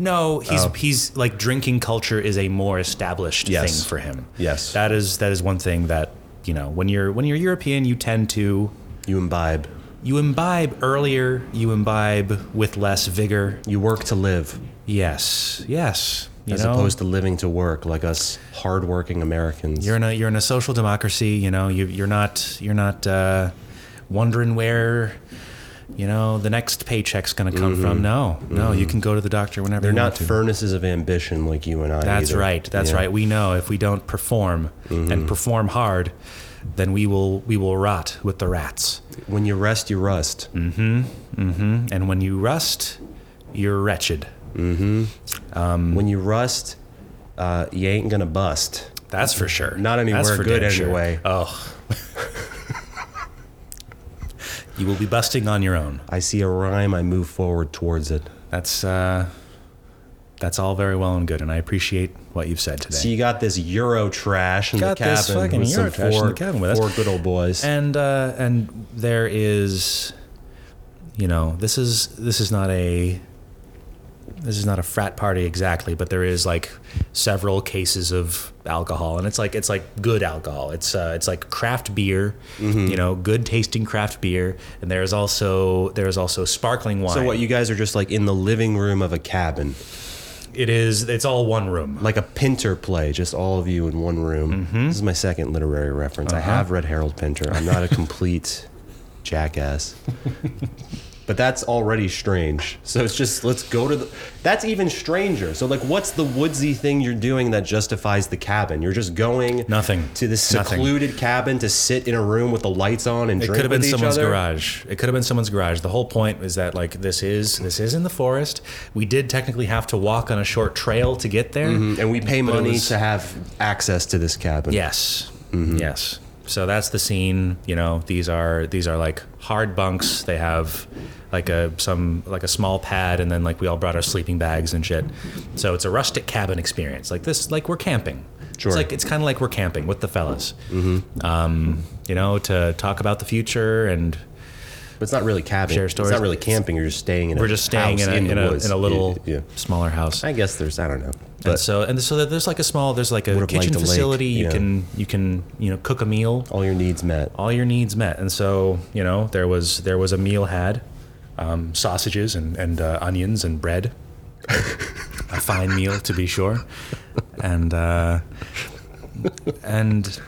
Speaker 2: no,
Speaker 1: Oh.
Speaker 2: he's he's like drinking culture is a more established
Speaker 1: Yes.
Speaker 2: thing for him.
Speaker 1: Yes.
Speaker 2: that is that is one thing that you know when you're when you're European you tend to
Speaker 1: You imbibe.
Speaker 2: you imbibe earlier you imbibe with less vigor.
Speaker 1: You work to live,
Speaker 2: Yes, yes. You
Speaker 1: as
Speaker 2: know?
Speaker 1: opposed to living to work, like us hardworking Americans.
Speaker 2: You're in a you're in a social democracy. You know you you're not you're not uh, wondering where you know the next paycheck's going to come from. No, no, you can go to the doctor whenever.
Speaker 1: They're
Speaker 2: you
Speaker 1: not
Speaker 2: want to.
Speaker 1: furnaces of ambition like you and I.
Speaker 2: That's
Speaker 1: either.
Speaker 2: right. That's
Speaker 1: Yeah.
Speaker 2: right. We know if we don't perform and perform hard, then we will we will rot with the rats.
Speaker 1: When you rest, you rust.
Speaker 2: And when you rust, you're wretched. Mm-hmm.
Speaker 1: When you rust, uh, you ain't gonna bust.
Speaker 2: That's for sure.
Speaker 1: Not anywhere
Speaker 2: That's for
Speaker 1: good
Speaker 2: damn sure.
Speaker 1: anyway.
Speaker 2: Oh. you will be busting on your own.
Speaker 1: I see a rhyme, I move forward towards it.
Speaker 2: That's uh, that's all very well and good, and I appreciate what you've said today.
Speaker 1: So you got this Euro trash in
Speaker 2: Got
Speaker 1: the
Speaker 2: this
Speaker 1: cabin
Speaker 2: fucking
Speaker 1: with
Speaker 2: Euro
Speaker 1: some
Speaker 2: trash in
Speaker 1: four,
Speaker 2: the cabin with us.
Speaker 1: four good old boys.
Speaker 2: and uh, and there is, you know, this is this is not a this is not a frat party exactly, but there is like several cases of alcohol, and it's like it's like good alcohol. It's uh, it's like craft beer,
Speaker 1: Mm-hmm.
Speaker 2: you know, good tasting craft beer, and there is also there is also sparkling wine.
Speaker 1: So what you guys are just like in the living room of a cabin,
Speaker 2: it is it's all one room.
Speaker 1: like a Pinter play, just all of you in one room.
Speaker 2: Mm-hmm.
Speaker 1: This is my second literary reference.
Speaker 2: Uh-huh.
Speaker 1: I have read Harold Pinter. I'm not a complete jackass. But that's already strange. So it's just let's go to the That's even stranger. So like what's the woodsy thing you're doing that justifies the cabin? You're just going
Speaker 2: Nothing.
Speaker 1: to this
Speaker 2: Nothing.
Speaker 1: secluded cabin to sit in a room with the lights on and
Speaker 2: It
Speaker 1: drink
Speaker 2: could have
Speaker 1: with
Speaker 2: been
Speaker 1: each
Speaker 2: someone's
Speaker 1: other?
Speaker 2: garage. It could have been someone's garage. The whole point is that like this is this is in the forest. We did technically have to walk on a short trail to get there.
Speaker 1: And we pay
Speaker 2: But it
Speaker 1: money
Speaker 2: was-
Speaker 1: to have access to this cabin.
Speaker 2: Yes.
Speaker 1: Mm-hmm.
Speaker 2: Yes. So that's the scene. You know, these are these are like hard bunks. They have like a some like a small pad, and then like we all brought our sleeping bags and shit. So it's a rustic cabin experience. Like this, like we're camping.
Speaker 1: Sure. Mm-hmm.
Speaker 2: It's like it's kind of like we're camping with the fellas. Um, you know, to talk about the future, and
Speaker 1: But it's not really camping.
Speaker 2: Share
Speaker 1: It's
Speaker 2: stories.
Speaker 1: not really camping. You're just staying in.
Speaker 2: we're
Speaker 1: a
Speaker 2: just staying
Speaker 1: house
Speaker 2: in a,
Speaker 1: in,
Speaker 2: in,
Speaker 1: the
Speaker 2: a,
Speaker 1: woods.
Speaker 2: in a little
Speaker 1: Yeah, yeah.
Speaker 2: smaller house.
Speaker 1: I guess there's. I don't know.
Speaker 2: and
Speaker 1: But
Speaker 2: so and so there's like a small there's like a
Speaker 1: Would've liked
Speaker 2: kitchen
Speaker 1: a lake,
Speaker 2: facility. you
Speaker 1: yeah.
Speaker 2: can you can you know cook a meal.
Speaker 1: all your needs met.
Speaker 2: all your needs met. And so, you know, there was there was a meal had, um, sausages and and uh, onions and bread, a fine meal to be sure, and uh, and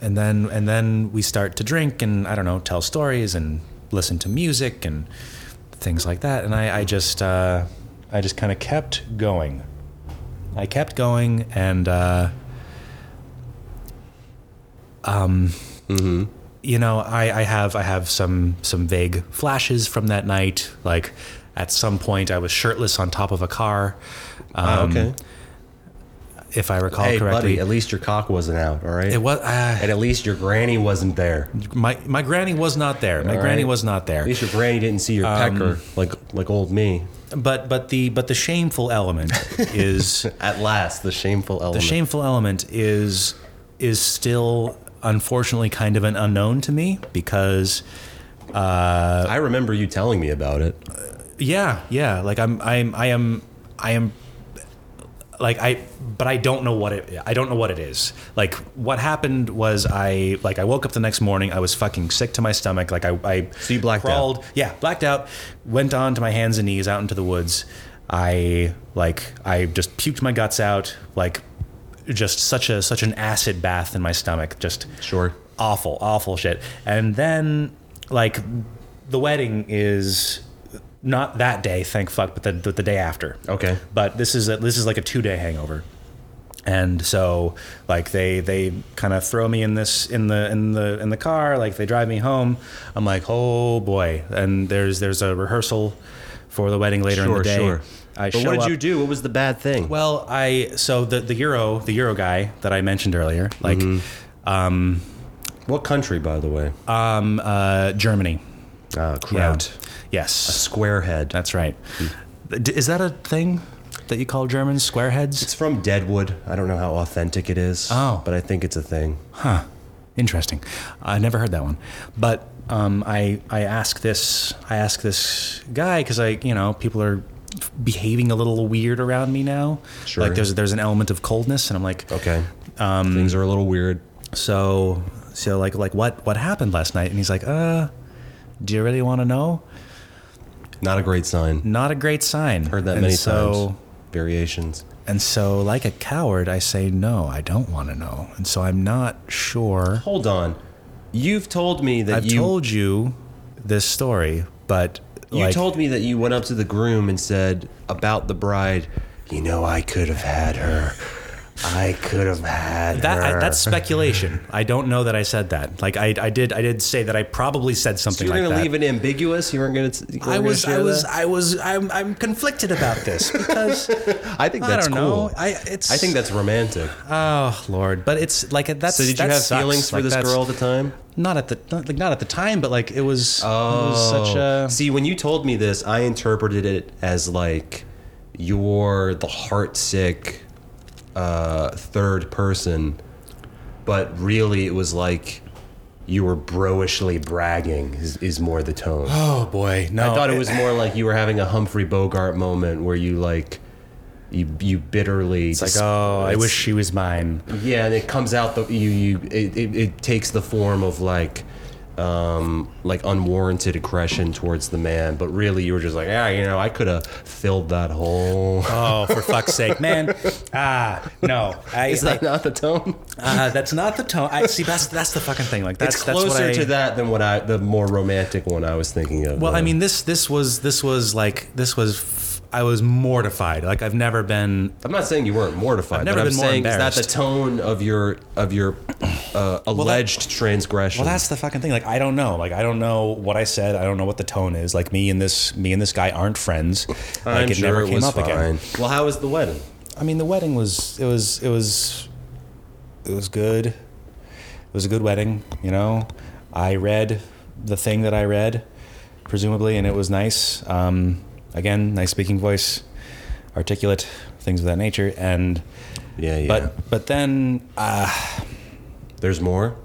Speaker 2: and then and then we start to drink and I don't know, tell stories and listen to music and things like that. And I, I just uh, I just kind of kept going. I kept going and. Uh, you know, I, I have I have some some vague flashes from that night. Like at some point, I was shirtless on top of a car, uh,
Speaker 1: Ah, okay.
Speaker 2: if I recall
Speaker 1: Hey,
Speaker 2: correctly.
Speaker 1: buddy. At least your cock wasn't out. All right.
Speaker 2: it was uh,
Speaker 1: and at least your granny wasn't there.
Speaker 2: my my granny was not there. My
Speaker 1: All
Speaker 2: granny
Speaker 1: right.
Speaker 2: was not there.
Speaker 1: At least your granny didn't see
Speaker 2: Um,
Speaker 1: your pecker like like old me.
Speaker 2: But but the but the shameful element is
Speaker 1: At last, the shameful element.
Speaker 2: the shameful element is is still unfortunately kind of an unknown to me because
Speaker 1: I remember you telling me about it.
Speaker 2: Yeah, yeah. Like I'm, I'm, I am, I am. Like I, but I don't know what it. I don't know what it is. Like what happened was I, like I woke up the next morning. I was fucking sick to my stomach. Like I, I
Speaker 1: So you blacked out.
Speaker 2: crawled, Yeah, blacked out. Went on to my hands and knees out into the woods. I like I just puked my guts out. Like just such a such an acid bath in my stomach. Just
Speaker 1: Sure.
Speaker 2: awful, awful shit. And then, like, the wedding is not that day, thank fuck, but the, the, the day after.
Speaker 1: Okay.
Speaker 2: But this is a, this is like a two day hangover, and so like they they kind of throw me in this in the in the in the car, like they drive me home. I'm like, oh boy, and there's there's a rehearsal for the wedding later in the
Speaker 1: Sure,
Speaker 2: day.
Speaker 1: sure.
Speaker 2: I
Speaker 1: but
Speaker 2: show
Speaker 1: what did
Speaker 2: up-
Speaker 1: you do? What was the bad thing?
Speaker 2: well, I so the the euro the euro guy that I mentioned earlier, like
Speaker 1: Mm-hmm.
Speaker 2: um,
Speaker 1: what country, by the way?
Speaker 2: um uh, Germany.
Speaker 1: Uh,
Speaker 2: Yeah.
Speaker 1: Kraut.
Speaker 2: Yes,
Speaker 1: Squarehead.
Speaker 2: that's right. Mm. D- Is that a thing that you call Germans squareheads?
Speaker 1: It's from Deadwood. I don't know how authentic it is.
Speaker 2: Oh.
Speaker 1: But I think it's a thing.
Speaker 2: Huh. Interesting. I never heard that one. But um, I I ask this I ask this guy because I you know people are behaving a little weird around me now.
Speaker 1: Sure.
Speaker 2: Like there's there's an element of coldness, and I'm like,
Speaker 1: Okay. Um, Things are a little weird.
Speaker 2: so so like like what what happened last night? And he's like, uh, do you really want to know?
Speaker 1: Not a great sign.
Speaker 2: Not a great sign.
Speaker 1: Heard that
Speaker 2: and
Speaker 1: many
Speaker 2: so,
Speaker 1: times. Variations.
Speaker 2: And so, like a coward, I say, no, I don't want to know. And so, I'm not sure.
Speaker 1: Hold on. You've told me that
Speaker 2: I've
Speaker 1: you
Speaker 2: told you this story, but.
Speaker 1: you
Speaker 2: like,
Speaker 1: told me that you went up to the groom and said about the bride. You know, I could have had her. I could have had
Speaker 2: that I,
Speaker 1: her."
Speaker 2: that's speculation. I don't know that I said that. Like I, I did, I did say that I probably said something
Speaker 1: you're
Speaker 2: like
Speaker 1: gonna
Speaker 2: that.
Speaker 1: leave it ambiguous. You weren't gonna. T- you weren't
Speaker 2: I
Speaker 1: gonna
Speaker 2: was, I
Speaker 1: share
Speaker 2: was,
Speaker 1: that?
Speaker 2: I was, I'm, I'm conflicted about this because
Speaker 1: I think
Speaker 2: I
Speaker 1: that's
Speaker 2: don't
Speaker 1: cool.
Speaker 2: know. I, it's,
Speaker 1: I think that's romantic.
Speaker 2: oh Lord, but it's like that's.
Speaker 1: so did you
Speaker 2: that
Speaker 1: have
Speaker 2: sucks.
Speaker 1: feelings for
Speaker 2: Like,
Speaker 1: this
Speaker 2: that's-
Speaker 1: girl at the time?
Speaker 2: Not at the, not, like, not at the time, but like it was, it was such a.
Speaker 1: See, when you told me this, I interpreted it as like you're the heartsick uh, third person, but really it was like you were broishly bragging is, is more the tone.
Speaker 2: Oh boy, no.
Speaker 1: I thought it was more like you were having a Humphrey Bogart moment where you like you you bitterly
Speaker 3: It's like, oh, I wish she was mine.
Speaker 1: yeah, and it comes out the you you it, it, it takes the form of like um like unwarranted aggression towards the man, but really you were just like, yeah, you know, I could have filled that hole.
Speaker 3: Oh, for fuck's sake, man! Ah, no, I,
Speaker 1: Is that
Speaker 3: I-
Speaker 1: not the tone?
Speaker 3: uh, that's not the tone. I see. That's that's the fucking thing. Like that's
Speaker 1: it's
Speaker 3: that's what
Speaker 1: closer
Speaker 3: I,
Speaker 1: to that than what I the more romantic one I was thinking of.
Speaker 3: Well, I
Speaker 1: though.
Speaker 3: mean this this was this was like this was f- I was mortified. Like I've never been.
Speaker 1: I'm not saying you weren't mortified.
Speaker 3: I've never
Speaker 1: but I'm
Speaker 3: been more
Speaker 1: saying is that the
Speaker 3: embarrassed.
Speaker 1: tone of your of your uh, alleged transgression?
Speaker 2: Well, that's the fucking thing. Like, I don't know. Like, I don't know what I said. I don't know what the tone is. Like, me and this, me and this guy aren't friends. Like,
Speaker 1: I'm
Speaker 2: it
Speaker 1: sure
Speaker 2: never
Speaker 1: it
Speaker 2: came
Speaker 1: was
Speaker 2: up
Speaker 1: fine.
Speaker 2: again.
Speaker 1: Well, how was the wedding?
Speaker 2: I mean, the wedding was, it was, it was, it was good. It was a good wedding. You know, I read the thing that I read, presumably, and it was nice. Um, again, nice speaking voice, articulate, things of that nature, and.
Speaker 1: Yeah, yeah.
Speaker 2: But but then
Speaker 1: there's more.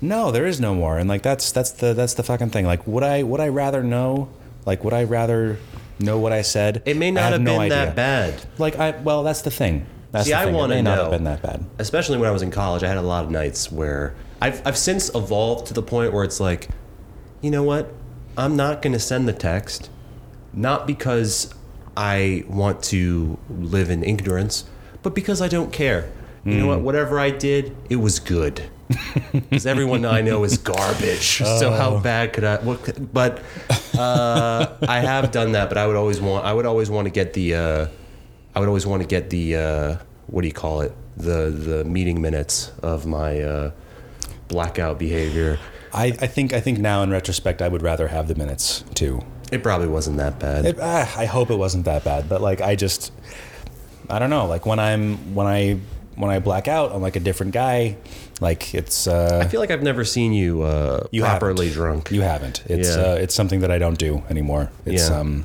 Speaker 2: No, there is no more, and like that's that's the that's the fucking thing. Like, would I would I rather know? Like, would I rather know what I said?
Speaker 1: It may
Speaker 2: I
Speaker 1: not have,
Speaker 2: no
Speaker 1: been
Speaker 2: idea.
Speaker 1: that bad,
Speaker 2: Like, I well, that's the thing. That's
Speaker 1: See,
Speaker 2: the
Speaker 1: I
Speaker 2: thing. It
Speaker 1: wanna
Speaker 2: may not have
Speaker 1: know.
Speaker 2: been that bad.
Speaker 1: especially when I was in college. I had a lot of nights where I've I've since evolved to the point where it's like, you know what? I'm not going to send the text, not because I want to live in ignorance, but because I don't care. You know what? Whatever I did, it was good. Because everyone I know is garbage. So how bad could I? What, could- but uh, I have done that. But I would always want. I would always want to get the. Uh, I would always want to get the. Uh, what do you call it? The the meeting minutes of my uh, blackout behavior.
Speaker 2: I, I think I think now in retrospect, I would rather have the minutes too.
Speaker 1: It probably wasn't that bad.
Speaker 2: It, ah, I hope it wasn't that bad, but like I just, I don't know. Like when I'm when I when I black out, I'm like a different guy. Like it's uh,
Speaker 1: I feel like I've never seen you, uh,
Speaker 2: You
Speaker 1: properly
Speaker 2: haven't.
Speaker 1: drunk.
Speaker 2: You haven't. It's
Speaker 1: Yeah.
Speaker 2: uh, it's something that I don't do anymore. It's
Speaker 1: Yeah.
Speaker 2: um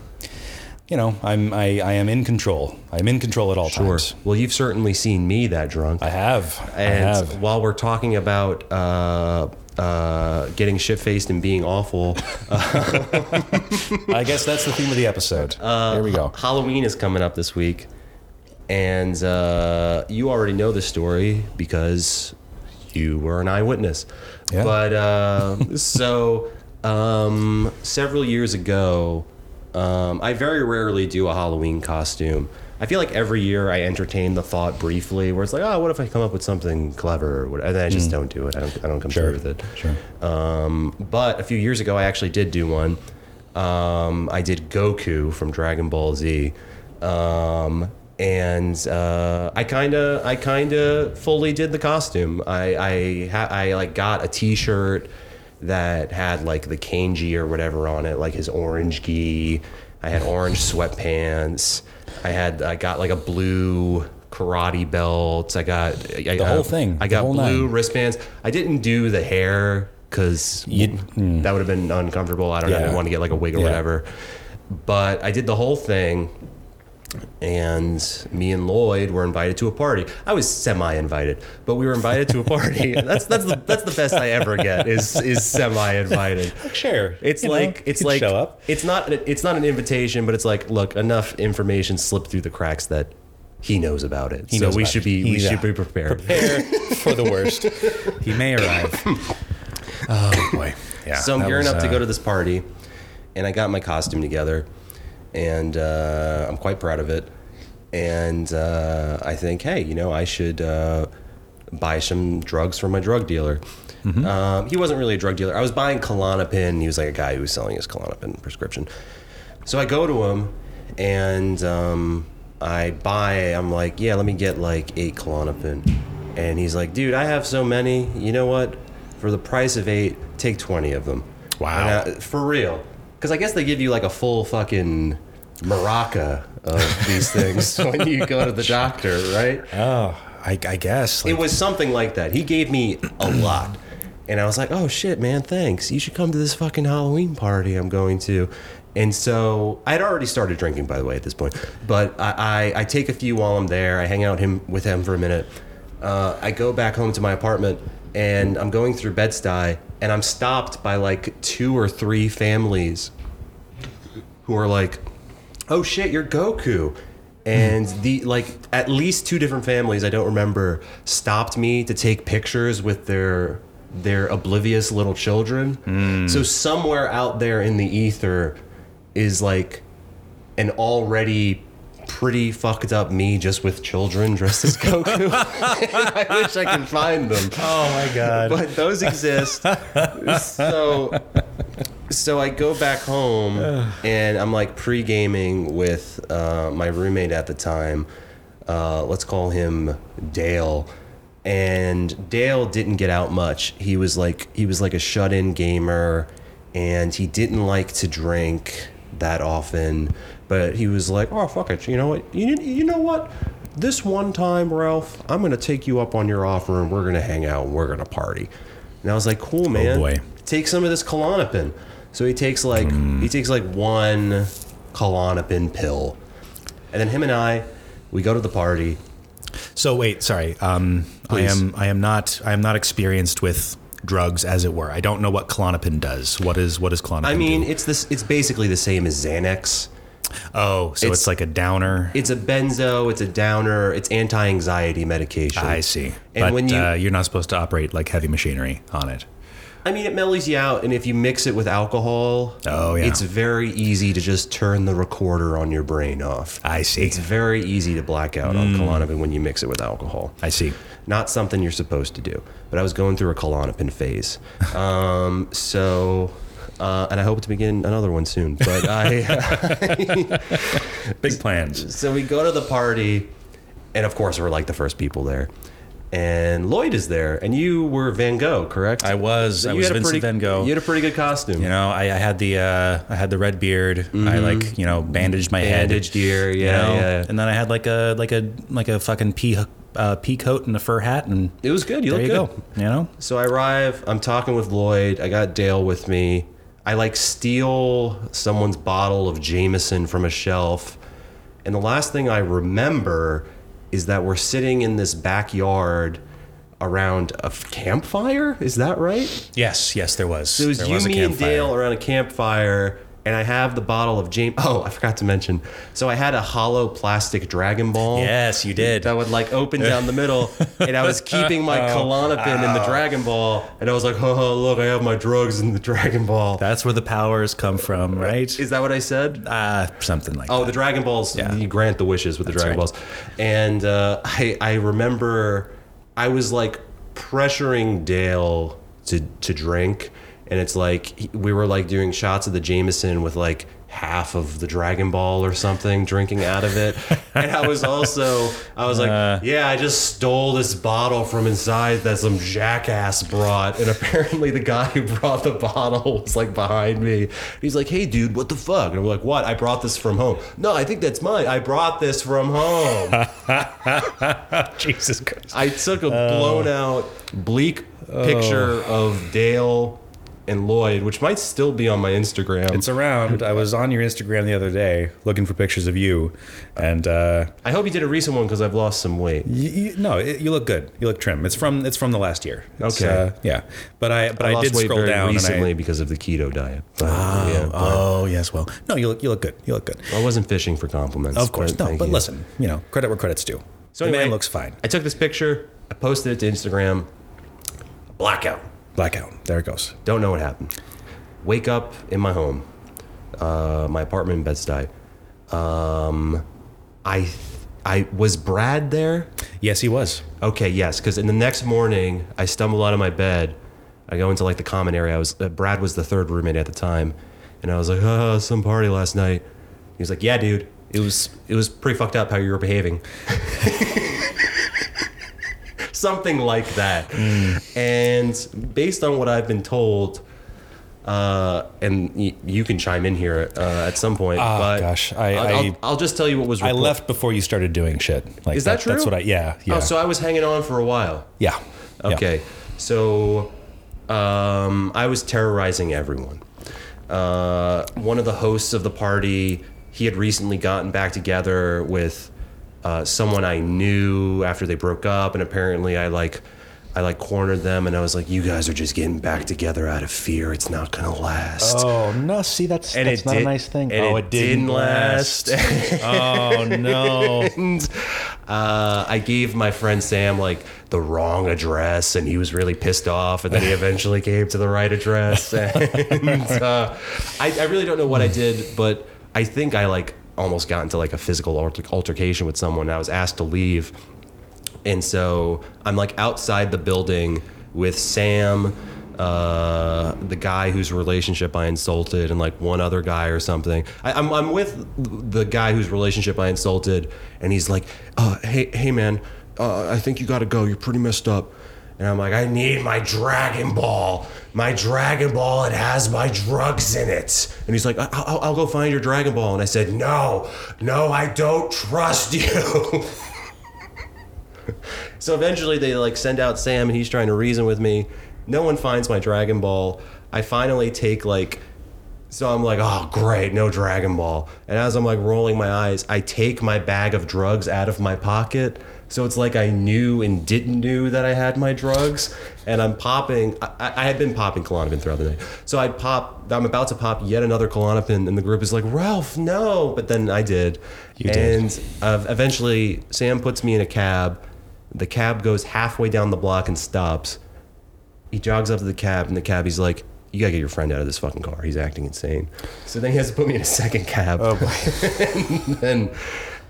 Speaker 2: you know, I'm I, I am in control. I'm in control at all
Speaker 1: Sure.
Speaker 2: times.
Speaker 1: Well, you've certainly seen me that drunk.
Speaker 2: I have. I
Speaker 1: And
Speaker 2: have.
Speaker 1: while we're talking about uh, uh, getting shit faced and being awful,
Speaker 2: I guess that's the theme of the episode.
Speaker 1: Uh,
Speaker 2: there we go.
Speaker 1: Halloween is coming up this week. And uh, you already know the story because you were an eyewitness.
Speaker 2: Yeah.
Speaker 1: But uh, so um, several years ago, um, I very rarely do a Halloween costume. I feel like every year I entertain the thought briefly where it's like, oh, what if I come up with something clever? Or what? And then I just don't do it. I don't, I don't
Speaker 2: Hmm.
Speaker 1: come
Speaker 2: Sure.
Speaker 1: through with it.
Speaker 2: Sure.
Speaker 1: Um, but a few years ago, I actually did do one. Um, I did Goku from Dragon Ball Z, um, and uh, I kind of, I kind of fully did the costume. I, I, ha- I like got a T-shirt that had like the kanji or whatever on it, like his orange gi. I had orange sweatpants. I had, I got like a blue karate belt. I got I, the
Speaker 2: whole thing, the
Speaker 1: I got
Speaker 2: whole
Speaker 1: blue
Speaker 2: nine.
Speaker 1: wristbands. I didn't do the hair because that would have been uncomfortable. I don't know. I
Speaker 2: mm. Yeah.
Speaker 1: didn't want to get like a wig or
Speaker 2: Yeah.
Speaker 1: whatever. But I did the whole thing, and me and Lloyd were invited to a party. I was semi-invited, but we were invited to a party. that's that's the that's the best I ever get is is semi-invited.
Speaker 2: Sure.
Speaker 1: It's
Speaker 2: You know,
Speaker 1: like it's
Speaker 2: you can
Speaker 1: like
Speaker 2: show up.
Speaker 1: it's not it's not an invitation, but it's like look, enough information slipped through the cracks that he knows about it. so
Speaker 2: knows
Speaker 1: we
Speaker 2: about
Speaker 1: should
Speaker 2: it.
Speaker 1: be we
Speaker 2: He's
Speaker 1: should
Speaker 2: out.
Speaker 1: be prepared.
Speaker 2: Prepare for the worst.
Speaker 3: He may arrive. oh boy. Yeah.
Speaker 1: so I'm
Speaker 3: that
Speaker 1: gearing
Speaker 3: was,
Speaker 1: up to
Speaker 3: uh,
Speaker 1: go to this party, and I got my costume together, and uh, I'm quite proud of it. And uh, I think, hey, you know, I should uh, buy some drugs from my drug dealer. Um, he wasn't really a drug dealer. I was buying Klonopin. He was like a guy who was selling his Klonopin prescription. So I go to him, and um, I buy. I'm like, yeah, let me get like eight Klonopin. And he's like, dude, I have so many. You know what? For the price of eight, take twenty of them.
Speaker 3: Wow.
Speaker 1: And I- for real? Because I guess they give you like a full fucking maraca of these things when you go to the doctor, right?
Speaker 3: Oh, I, I guess. Like,
Speaker 1: It was something like that. He gave me a lot. And I was like, oh shit, man, thanks. You should come to this fucking Halloween party I'm going to. And so I had already started drinking, by the way, at this point. But I, I, I take a few while I'm there. I hang out him with him for a minute. Uh, I go back home to my apartment and I'm going through Bed-Stuy and I'm stopped by like two or three families who are like, "Oh shit, you're Goku." And the like at least two different families I don't remember stopped me to take pictures with their their oblivious little children. So somewhere out there in the ether is like an already pretty fucked up me just with children dressed as Goku. I wish I could find them
Speaker 3: Oh my god.
Speaker 1: but those exist. so, so I go back home and I'm like pre gaming with uh, my roommate at the time. Uh, let's call him Dale. And Dale didn't get out much. He was like he was like a shut in gamer, and he didn't like to drink that often. But he was like, oh fuck it, you know what? You you know what? this one time, Ralph, I'm gonna take you up on your offer and we're gonna hang out and we're gonna party. And I was like, cool, man.
Speaker 3: boy.
Speaker 1: Take some of this Klonopin. So he takes like
Speaker 3: Hmm.
Speaker 1: he takes like one Klonopin pill, and then him and I, we go to the party.
Speaker 3: So wait, sorry. Um, I
Speaker 1: Please.
Speaker 3: am I am not I am not experienced with drugs, as it were. I don't know what clonopin does. What is what is clonopin?
Speaker 1: I mean,
Speaker 3: do?
Speaker 1: it's this it's basically the same as Xanax.
Speaker 3: oh, so it's,
Speaker 1: it's-
Speaker 3: like a downer.
Speaker 1: It's a benzo, it's a downer, it's anti-anxiety medication.
Speaker 3: I see.
Speaker 1: And
Speaker 3: but
Speaker 1: when you-
Speaker 3: uh, you're not supposed to operate like heavy machinery on it.
Speaker 1: I mean, it mellows you out, and if you mix it with alcohol,
Speaker 3: Oh, yeah.
Speaker 1: it's very easy to just turn the recorder on your brain off.
Speaker 3: I see. Hmm.
Speaker 1: It's very easy to black out on Klonopin when you mix it with alcohol.
Speaker 3: I see.
Speaker 1: Not something you're supposed to do, but I was going through a Klonopin phase. Um, so, uh, and I hope to begin another one soon. But I,
Speaker 3: Big plans.
Speaker 1: so we go to the party, and of course we're like the first people there. And Lloyd is there, and you were Van Gogh, correct?
Speaker 3: I was. I
Speaker 1: you
Speaker 3: was
Speaker 1: had a
Speaker 3: Vincent
Speaker 1: pretty,
Speaker 3: Van Gogh.
Speaker 1: You had a pretty good costume.
Speaker 3: You know, I, I had the uh, I had the red beard. I like you know bandaged my
Speaker 1: Mm-hmm. Bandaged
Speaker 3: head,
Speaker 1: ear,
Speaker 3: you
Speaker 1: yeah,
Speaker 3: know?
Speaker 1: yeah.
Speaker 3: And then I had like a like a like a fucking pea uh, pea coat and a fur hat, and
Speaker 1: It was good. You
Speaker 3: there
Speaker 1: look
Speaker 3: you
Speaker 1: good.
Speaker 3: go. You know,
Speaker 1: So I arrive. I'm talking with Lloyd. I got Dale with me. I like steal someone's bottle of Jameson from a shelf. And the last thing I remember is that we're sitting in this backyard around a f- campfire. Is that right?
Speaker 3: yes, yes, there was.
Speaker 1: So it was
Speaker 3: there
Speaker 1: you,
Speaker 3: was a
Speaker 1: me, and
Speaker 3: campfire.
Speaker 1: Dale around a campfire. And I have the bottle of James. Oh, I forgot to mention. So I had a hollow plastic Dragon Ball.
Speaker 3: Yes, you did. Oh,
Speaker 1: that would like open down the middle, and I was keeping my Klonopin in the Dragon Ball, and I was like, "Oh, look, I have my drugs in the Dragon Ball."
Speaker 3: That's where the powers come from, right?
Speaker 1: Is that what I said?
Speaker 3: Uh, something like
Speaker 1: Oh,
Speaker 3: that.
Speaker 1: the Dragon Balls. You grant the wishes with the Dragon
Speaker 3: right.
Speaker 1: Balls, and uh, I I remember I was like pressuring Dale to to drink, and it's like he- we were like doing shots of the Jameson with like half of the Dragon Ball or something, drinking out of it, and I was also I was like,
Speaker 3: Uh,
Speaker 1: yeah, I just stole this bottle from inside that some jackass brought, and apparently the guy who brought the bottle was like behind me. He's like, hey, dude, what the fuck? And I'm like, what? I brought this from home. No, I think that's mine. I brought this from home.
Speaker 3: Jesus Christ.
Speaker 1: I took a
Speaker 3: Uh,
Speaker 1: blown out, bleak
Speaker 3: oh.
Speaker 1: picture of Dale and Lloyd, which might still be on my Instagram.
Speaker 3: It's around. I was on your Instagram the other day looking for pictures of you, and uh,
Speaker 1: I hope you did a recent one because I've lost some weight.
Speaker 3: you, you, no, it, you look good. You look trim. It's from it's from the last year. It's,
Speaker 1: Okay.
Speaker 3: uh, yeah, but I but
Speaker 1: I,
Speaker 3: I,
Speaker 1: lost
Speaker 3: did
Speaker 1: weight
Speaker 3: scroll
Speaker 1: very
Speaker 3: down
Speaker 1: recently
Speaker 3: And
Speaker 1: because of the keto diet. But,
Speaker 3: I,
Speaker 1: yeah, but
Speaker 3: oh, oh yes. Well, no, you look you look good. You look good.
Speaker 1: I wasn't fishing for compliments.
Speaker 3: Of course,
Speaker 1: but
Speaker 3: no.
Speaker 1: thank
Speaker 3: But
Speaker 1: you.
Speaker 3: listen, you know, credit where credit's due. So the man looks fine.
Speaker 1: I took this picture. I posted it to Instagram. Blackout.
Speaker 3: Blackout. There it goes.
Speaker 1: Don't know what happened. Wake up in my home, uh, my apartment in Bed Stuy. Um, I, th- I was Brad there.
Speaker 3: Yes, he was.
Speaker 1: Okay, yes, because in the next morning I stumble out of my bed. I go into like the common area. I was uh, Brad was the third roommate at the time, and I was like, "Oh, some party last night." He was like, "Yeah, dude, it was it was pretty fucked up how you were behaving." Something like that.
Speaker 2: Mm.
Speaker 1: And based on what I've been told, uh, and y- you can chime in here uh, at some point.
Speaker 2: Ah,
Speaker 1: but
Speaker 2: gosh, I-
Speaker 1: I'll,
Speaker 2: I-
Speaker 1: will i will just tell you what was.
Speaker 2: I
Speaker 1: report-
Speaker 2: left before you started doing shit. Like
Speaker 1: Is that
Speaker 2: That's
Speaker 1: true?
Speaker 2: what I. Yeah. Yeah.
Speaker 1: Oh, so I was hanging on for a while.
Speaker 2: yeah. yeah.
Speaker 1: Okay. So um, I was terrorizing everyone. Uh, one of the hosts of the party, he had recently gotten back together with uh, someone I knew after they broke up, and apparently I like I like cornered them and I was like, "You guys are just getting back together out of fear. It's not gonna last."
Speaker 4: Oh no! See, that's
Speaker 2: And
Speaker 4: that's
Speaker 2: it
Speaker 4: not
Speaker 2: did-
Speaker 4: a nice thing.
Speaker 2: and
Speaker 4: oh,
Speaker 2: it
Speaker 4: it, didn't,
Speaker 1: didn't
Speaker 4: last. oh no!
Speaker 1: And, uh, I gave my friend Sam like the wrong address, and he was really pissed off. And then he eventually came to the right address. And uh, I, I really don't know what I did, but I think I like almost got into like a physical alter- altercation with someone. I was asked to leave, and so I'm like outside the building with Sam, uh, the guy whose relationship I insulted, and like one other guy or something. I, I'm, I'm with the guy whose relationship I insulted, and he's like, uh, "Hey, hey, man, uh, I think you got to go. You're pretty messed up." And I'm like, "I need my Dragon Ball. My Dragon Ball. It has my drugs in it." And he's like, I- I'll, "I'll go find your Dragon Ball." And I said, "No, no, I don't trust you." So eventually they like send out Sam and he's trying to reason with me. No one finds my Dragon Ball. I finally take like so I'm like, oh great, no Dragon Ball. And as I'm like rolling my eyes, I take my bag of drugs out of my pocket. So it's like I knew and didn't knew that I had my drugs, and I'm popping. I, I I had been popping Klonopin throughout the night, so I pop. I'm about to pop yet another Klonopin, and the group is like, "Ralph, no!" But then I did, you
Speaker 4: did.
Speaker 1: and uh, eventually Sam puts me in a cab. The cab goes halfway down the block and stops. He jogs up to the cab, and the cab he's like, "You gotta get your friend out of this fucking car. He's acting insane." So then he has to put me in a second cab. Oh and then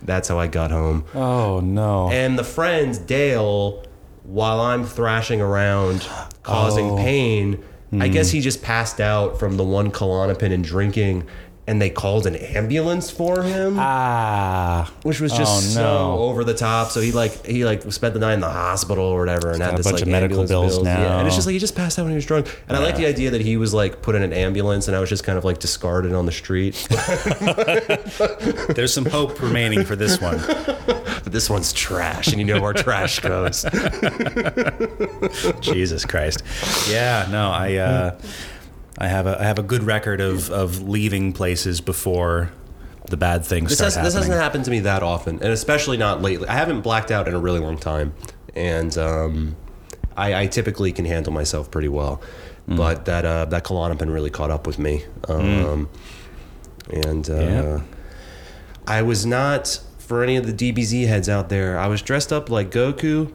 Speaker 1: that's how I got home.
Speaker 4: Oh no!
Speaker 1: And the friends, Dale, while I'm thrashing around, causing pain, I guess he just passed out from the one Klonopin and drinking. And they called an ambulance for him
Speaker 4: ah,
Speaker 1: which was just
Speaker 4: Oh,
Speaker 1: so
Speaker 4: no.
Speaker 1: over the top. So he like he like spent the night in the hospital or whatever, and had
Speaker 4: got a
Speaker 1: this,
Speaker 4: bunch
Speaker 1: like,
Speaker 4: of medical
Speaker 1: ambulance
Speaker 4: bills
Speaker 1: Yeah,
Speaker 4: now.
Speaker 1: and it's just like he just passed out when he was drunk. And I like the idea that he was like put in an ambulance, and I was just kind of like discarded on the street.
Speaker 2: There's some hope remaining for this one.
Speaker 1: but this one's trash, and you know where trash goes.
Speaker 2: Jesus Christ. Yeah, no, I uh, I have a I have a good record of of leaving places before the bad things
Speaker 1: This,
Speaker 2: start
Speaker 1: has,
Speaker 2: happening.
Speaker 1: this hasn't happened to me that often, and especially not lately. I haven't blacked out in a really long time, and um, I, I typically can handle myself pretty well.
Speaker 2: Mm.
Speaker 1: But that uh, that Klonopin really caught up with me, um, and uh,
Speaker 2: Yeah.
Speaker 1: I was not for any of the DBZ heads out there. I was dressed up like Goku,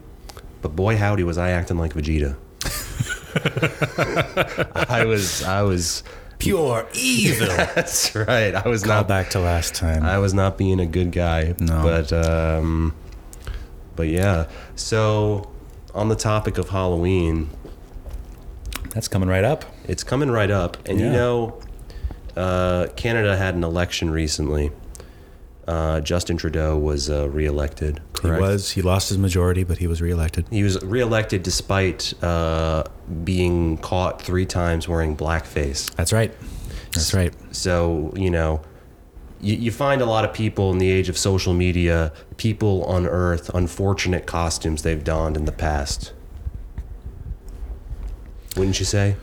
Speaker 1: but boy howdy was I acting like Vegeta. I was I was
Speaker 2: Pure evil.
Speaker 1: that's right. I was
Speaker 2: Call
Speaker 1: not Uh,
Speaker 2: back to last time.
Speaker 1: I was not being a good guy.
Speaker 2: No.
Speaker 1: But um, but yeah. So on the topic of Halloween,
Speaker 4: that's coming right up.
Speaker 1: it's coming right up, and you
Speaker 4: Yeah.
Speaker 1: know, uh, Canada had an election recently. Uh, Justin Trudeau was uh, reelected.
Speaker 2: he was. He lost his majority, but he was reelected.
Speaker 1: He was reelected despite uh, being caught three times wearing blackface.
Speaker 2: That's right. That's right.
Speaker 1: So, you know, you, you find a lot of people in the age of social media, people unearth unfortunate costumes they've donned in the past. Wouldn't you say?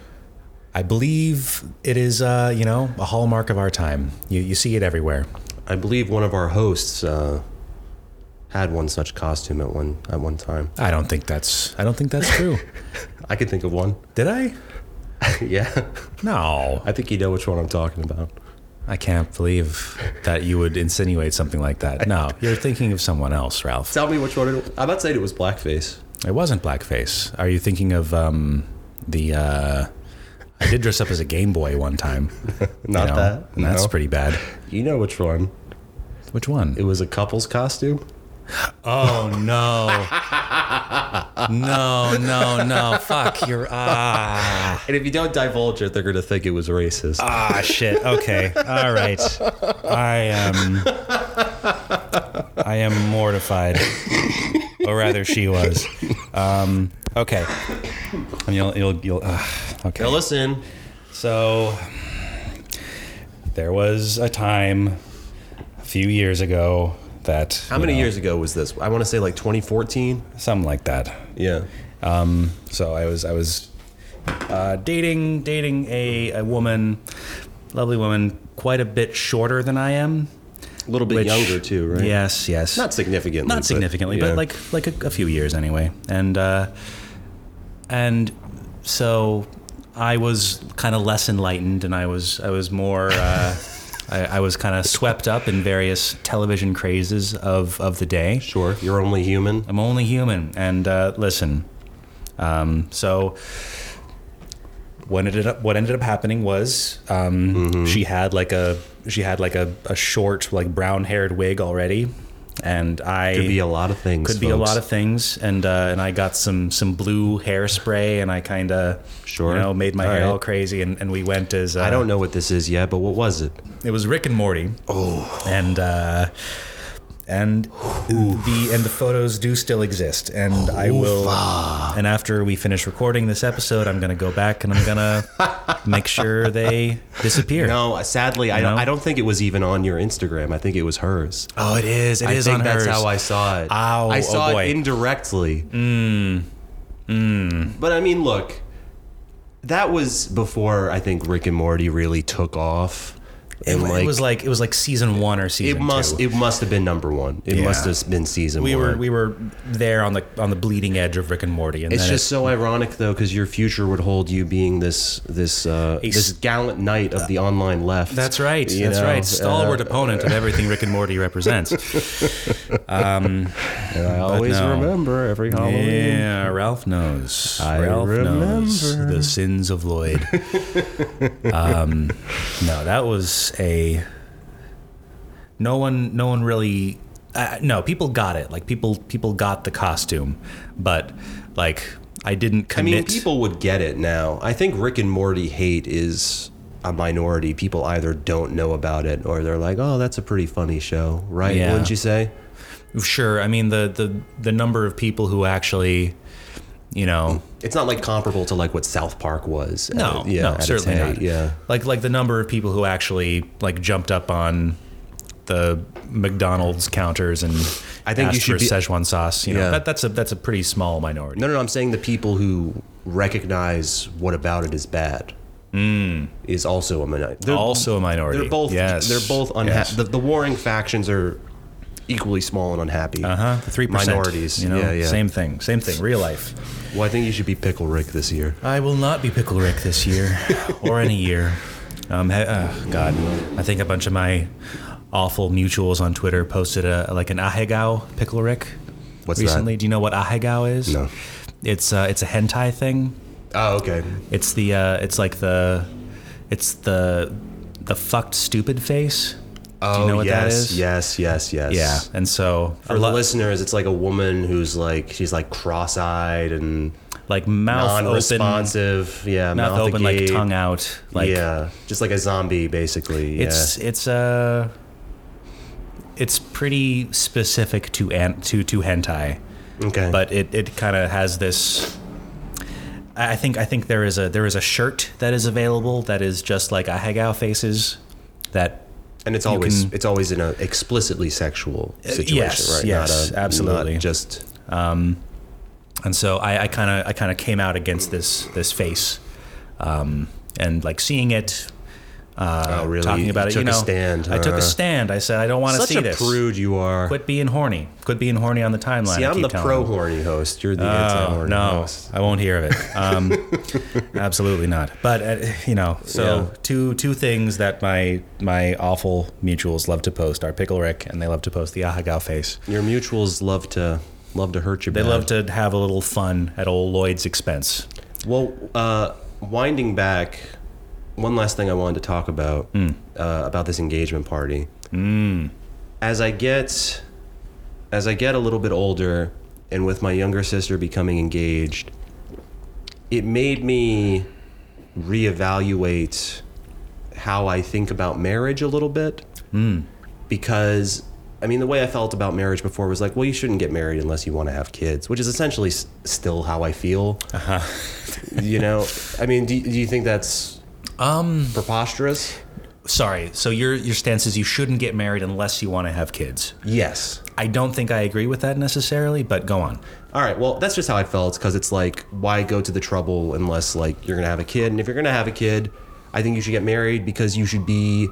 Speaker 2: I believe it is, uh, you know, a hallmark of our time. You, you see it everywhere.
Speaker 1: I believe one of our hosts uh, had one such costume at one at one time.
Speaker 2: I don't think that's. I don't think that's true.
Speaker 1: I could think of one.
Speaker 2: Did I?
Speaker 1: yeah,
Speaker 2: No,
Speaker 1: I think you know which one I'm talking about.
Speaker 2: I can't believe that you would insinuate something like that. No, you're thinking of someone else, Ralph.
Speaker 1: Tell me which one. It, I'm not saying it was blackface.
Speaker 2: It wasn't blackface. Are you thinking of um, the? Uh, I did dress up as a Game Boy one time. you
Speaker 1: Not
Speaker 2: know,
Speaker 1: that,
Speaker 2: and That's
Speaker 1: no.
Speaker 2: pretty bad.
Speaker 1: You know which one?
Speaker 2: Which one?
Speaker 1: It was a couple's costume.
Speaker 2: Oh no! no, no, no! Fuck! You're ah
Speaker 1: And if you don't divulge it, they're gonna think it was racist.
Speaker 2: ah shit. Okay, all right. I am. I am mortified, or rather, she was. Um, okay, and you'll you'll you'll. Uh, okay.
Speaker 1: now listen,
Speaker 2: So there was a time a few years ago that
Speaker 1: How many years ago was this? I want to say like 2014.
Speaker 2: something like that.
Speaker 1: Yeah.
Speaker 2: Um, so I was I was uh, dating dating a, a woman, lovely woman, quite a bit shorter than I am.
Speaker 1: A little bit
Speaker 2: which-
Speaker 1: younger too, right?
Speaker 2: Yes, yes.
Speaker 1: Not significantly.
Speaker 2: Not significantly, but,
Speaker 1: yeah.
Speaker 2: like like a, a few years anyway. And uh, and so I was kind of less enlightened, and I was I was more uh, I, I was kind of swept up in various television crazes of of the day.
Speaker 1: Sure. You're only human.
Speaker 2: I'm only human, and uh, listen. Um, so what ended up what ended up happening was um,
Speaker 1: Mm-hmm.
Speaker 2: she had like a she had like a, a short like brown haired wig already, and I
Speaker 1: Could be a lot of things.
Speaker 2: could be a
Speaker 1: folks.
Speaker 2: lot of things and uh, and I got some some blue hairspray and I kind of
Speaker 1: Sure.
Speaker 2: you know made my
Speaker 1: All
Speaker 2: hair
Speaker 1: right.
Speaker 2: all crazy and, and we went as uh,
Speaker 1: I don't know what this is yet, but what was it?
Speaker 2: it was Rick and Morty oh and uh, and the and the photos do still exist and I will and after we finish recording this episode I'm gonna go back and I'm gonna make sure they disappear
Speaker 1: No, uh, sadly, I don't.
Speaker 2: No?
Speaker 1: I don't think it was even on your Instagram. I think it was hers.
Speaker 2: oh it is It is
Speaker 1: I think
Speaker 2: on
Speaker 1: that's
Speaker 2: hers.
Speaker 1: how I saw it.
Speaker 2: Ow,
Speaker 1: I
Speaker 2: oh
Speaker 1: saw
Speaker 2: boy.
Speaker 1: it indirectly. Mm. Mm. But I mean, look, that was before I think Rick and Morty really took off.
Speaker 2: it,
Speaker 1: and,
Speaker 2: it was like it was like season one or
Speaker 1: it
Speaker 2: season two.
Speaker 1: must it must have been number one. It
Speaker 2: Yeah.
Speaker 1: must have been season
Speaker 2: we
Speaker 1: one.
Speaker 2: were we were there on the on the bleeding edge of Rick and Morty, and
Speaker 1: it's
Speaker 2: then it-
Speaker 1: just so ironic though, because your future would hold you being this this uh,
Speaker 2: A
Speaker 1: this
Speaker 2: s-
Speaker 1: gallant knight of the online left.
Speaker 2: that's right,
Speaker 1: you
Speaker 2: that's
Speaker 1: know,
Speaker 2: right,
Speaker 1: uh,
Speaker 2: stalwart opponent of everything Rick and Morty represents. um,
Speaker 1: I always
Speaker 2: no.
Speaker 1: remember every Halloween.
Speaker 2: yeah, Ralph knows.
Speaker 1: I
Speaker 2: Ralph knows
Speaker 1: remember.
Speaker 2: the sins of Lloyd. um, no, that was a no one no one really uh, no people got it like people people got the costume, but like I didn't
Speaker 1: I
Speaker 2: commit.
Speaker 1: mean, people would get it now. I think Rick and Morty hate is a minority. People either don't know about it or they're like, "Oh, that's a pretty funny show," right?
Speaker 2: Yeah.
Speaker 1: Wouldn't you say?
Speaker 2: Sure. I mean the the the number of people who actually, you know,
Speaker 1: It's not like comparable to like what South Park was. at
Speaker 2: no,
Speaker 1: it- yeah,
Speaker 2: no,
Speaker 1: at its
Speaker 2: certainly
Speaker 1: height,
Speaker 2: not.
Speaker 1: Yeah,
Speaker 2: Like like the number of people who actually like jumped up on the McDonald's counters and
Speaker 1: I think you
Speaker 2: asked
Speaker 1: should
Speaker 2: for
Speaker 1: be-
Speaker 2: Szechuan sauce. You know,
Speaker 1: Yeah.
Speaker 2: that, that's a that's a pretty small minority.
Speaker 1: no, no, no. I'm saying the people who recognize what about it is bad is also a minority. They're-
Speaker 2: Hmm. also a minority.
Speaker 1: They're both.
Speaker 2: Yes.
Speaker 1: They're both unhappy.
Speaker 2: Yes.
Speaker 1: The, the warring factions are equally small and unhappy.
Speaker 2: Uh huh. Three
Speaker 1: minorities.
Speaker 2: You know,
Speaker 1: yeah, yeah.
Speaker 2: same thing. Same thing. Real life.
Speaker 1: Well, I think you should be Pickle Rick this year.
Speaker 2: I will not be Pickle Rick this year or any year. Um, he- oh, God, I think a bunch of my awful mutuals on Twitter posted a like an ahegao Pickle Rick
Speaker 1: What's that?
Speaker 2: recently. Do you know what ahegao is?
Speaker 1: No.
Speaker 2: It's uh, it's a hentai thing.
Speaker 1: Oh, okay.
Speaker 2: It's the uh, it's like the it's the the fucked stupid face. Do you know what
Speaker 1: Oh, yes,
Speaker 2: that is?
Speaker 1: Yes, yes, yes.
Speaker 2: Yeah. And so
Speaker 1: For
Speaker 2: a
Speaker 1: the
Speaker 2: lo-
Speaker 1: listeners, it's like a woman who's like she's like cross-eyed and
Speaker 2: like mouth open, mouth,
Speaker 1: non-responsive. yeah, mouth
Speaker 2: open, like
Speaker 1: agape.
Speaker 2: tongue out, like
Speaker 1: yeah, just like a zombie, basically.
Speaker 2: It's it's uh it's pretty specific to an, to to hentai,
Speaker 1: yeah. okay,
Speaker 2: but it, it kind of has this. I I think I think there is a there is a shirt that is available that is just like a hagao faces, that
Speaker 1: and it's always
Speaker 2: can- Uh,
Speaker 1: it's always in an explicitly sexual situation,
Speaker 2: yes,
Speaker 1: right?
Speaker 2: yes,
Speaker 1: not a,
Speaker 2: absolutely.
Speaker 1: Not just
Speaker 2: and so I I kind of I kind of came out against this this face, um, and like seeing it. Uh,
Speaker 1: Oh, really?
Speaker 2: Talking about
Speaker 1: You
Speaker 2: it,
Speaker 1: took
Speaker 2: you
Speaker 1: a
Speaker 2: know,
Speaker 1: stand,
Speaker 2: I took
Speaker 1: huh?
Speaker 2: a stand. I said, I don't want to
Speaker 1: such
Speaker 2: see
Speaker 1: a
Speaker 2: this.
Speaker 1: prude you are.
Speaker 2: Quit being horny. Quit being horny on the timeline.
Speaker 1: See,
Speaker 2: I
Speaker 1: I'm
Speaker 2: keep
Speaker 1: the
Speaker 2: telling
Speaker 1: pro
Speaker 2: them.
Speaker 1: horny host. You're the anti
Speaker 2: Oh
Speaker 1: horny
Speaker 2: no,
Speaker 1: host.
Speaker 2: I won't hear of it. Um, absolutely not. But uh, you know, so
Speaker 1: Yeah.
Speaker 2: two two things that my my awful mutuals love to post are pickle Rick, and they love to post the ahagao face.
Speaker 1: Your mutuals love to love to hurt you.
Speaker 2: They love to have a little fun at old Lloyd's expense.
Speaker 1: Well, uh, winding back, one last thing I wanted to talk about uh, about this engagement party. As I get, as I get a little bit older, and with my younger sister becoming engaged, it made me reevaluate how I think about marriage a little bit. Because, I mean, the way I felt about marriage before was like, well, you shouldn't get married unless you want to have kids, which is essentially s- still how I feel. you know, I mean, do, do you think that's
Speaker 2: Um,
Speaker 1: preposterous?
Speaker 2: sorry. So your your stance is you shouldn't get married unless you want to have kids.
Speaker 1: Yes.
Speaker 2: I don't think I agree with that necessarily, but go on.
Speaker 1: All right. Well, that's just how I felt because it's like, why go to the trouble unless like you're gonna have a kid? And if you're gonna have a kid, I think you should get married because you should be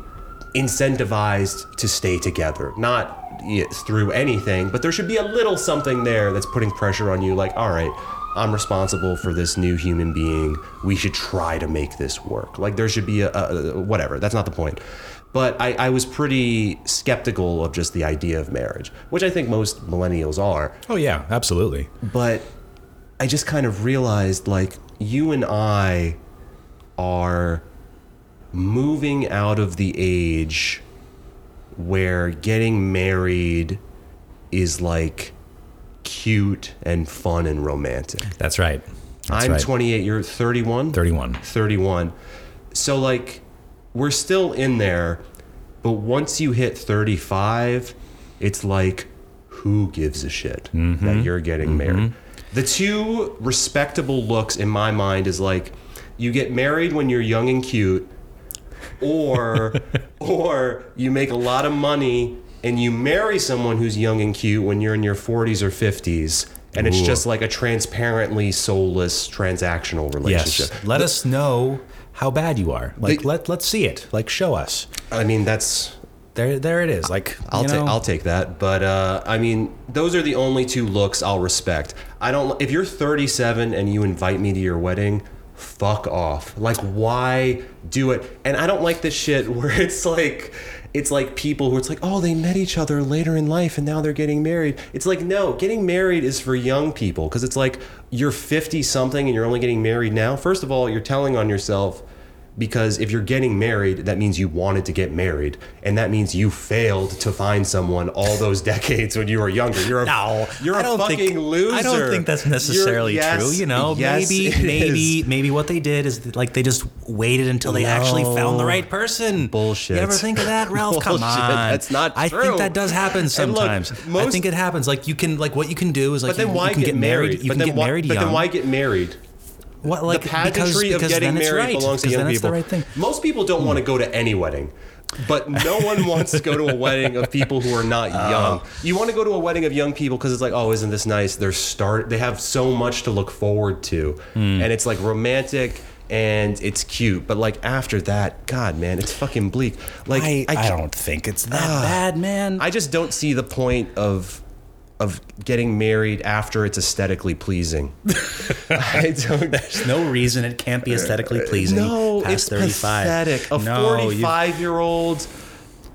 Speaker 1: incentivized to stay together, not yeah, through anything, but there should be a little something there that's putting pressure on you. Like, all right, I'm responsible for this new human being. We should try to make this work. Like there should be a, a, a whatever. That's not the point. But I, I was pretty skeptical of just the idea of marriage, which I think most millennials are
Speaker 2: Oh yeah, absolutely.
Speaker 1: but I just kind of realized like you and I are moving out of the age where getting married is like cute and fun and romantic.
Speaker 2: That's right. That's
Speaker 1: I'm
Speaker 2: right.
Speaker 1: 28, you're 31?
Speaker 2: 31.
Speaker 1: 31. So like we're still in there, but once you hit 35, it's like who gives a shit
Speaker 2: Mm-hmm.
Speaker 1: that you're getting married. The two respectable looks in my mind is like you get married when you're young and cute or or you make a lot of money and you marry someone who's young and cute when you're in your 40s or 50s and it's
Speaker 2: Ooh.
Speaker 1: just like a transparently soulless transactional relationship.
Speaker 2: Yes. Let us know how bad you are. Like let let's see it. Like show us.
Speaker 1: I mean that's
Speaker 2: There there it is. Like
Speaker 1: I'll
Speaker 2: you
Speaker 1: take
Speaker 2: know,
Speaker 1: I'll take that, but uh, I mean those are the only two looks I'll respect. I don't if you're 37 and you invite me to your wedding, fuck off. Like why do it? And I don't like this shit where it's like it's like people who it's like oh they met each other later in life and now they're getting married. It's like no, getting married is for young people because it's like you're 50 something and you're only getting married now. First of all, you're telling on yourself because if you're getting married, that means you wanted to get married, and that means you failed to find someone all those decades when you were younger. You're a,
Speaker 2: No,
Speaker 1: you're
Speaker 2: I
Speaker 1: a
Speaker 2: don't
Speaker 1: fucking
Speaker 2: think,
Speaker 1: loser.
Speaker 2: I don't think that's
Speaker 1: You're-
Speaker 2: necessarily
Speaker 1: yes,
Speaker 2: true. You know,
Speaker 1: yes,
Speaker 2: maybe
Speaker 1: it
Speaker 2: maybe
Speaker 1: is.
Speaker 2: maybe what they did is like they just waited until they actually found the
Speaker 1: No.
Speaker 2: right person.
Speaker 1: Bullshit.
Speaker 2: You ever think of that, Ralph? Come
Speaker 1: Bullshit.
Speaker 2: on,
Speaker 1: That's not
Speaker 2: I
Speaker 1: true.
Speaker 2: think that does happen
Speaker 1: And look,
Speaker 2: sometimes. I
Speaker 1: most-
Speaker 2: think it happens. Like you can like what you can do is like
Speaker 1: But then
Speaker 2: you,
Speaker 1: why
Speaker 2: you can
Speaker 1: get married?
Speaker 2: You
Speaker 1: but
Speaker 2: can
Speaker 1: then
Speaker 2: get
Speaker 1: why,
Speaker 2: married
Speaker 1: But
Speaker 2: young.
Speaker 1: then why get married?
Speaker 2: what, like,
Speaker 1: the pageantry
Speaker 2: because,
Speaker 1: of
Speaker 2: because
Speaker 1: getting
Speaker 2: then it's
Speaker 1: married
Speaker 2: right,
Speaker 1: belongs to
Speaker 2: because
Speaker 1: young
Speaker 2: then
Speaker 1: people.
Speaker 2: It's the right thing.
Speaker 1: Most people don't want to go to any wedding, but no one wants to go to a wedding of people who are not
Speaker 2: Oh.
Speaker 1: young. You want to go to a wedding of young people because it's like, oh, isn't this nice? They're start. They have so much to look forward to,
Speaker 2: Hmm.
Speaker 1: and it's like romantic. And it's cute, but like after that, God, man, it's fucking bleak. Like
Speaker 5: I, I,
Speaker 1: can't- Ah.
Speaker 5: don't think it's that
Speaker 2: Bad man.
Speaker 1: I just don't see the point of of getting married after it's aesthetically pleasing. I don't.
Speaker 2: no reason it can't be aesthetically pleasing.
Speaker 1: No,
Speaker 2: past
Speaker 1: it's
Speaker 2: 35.
Speaker 1: pathetic. A
Speaker 2: No, you-
Speaker 1: forty-five-year-old,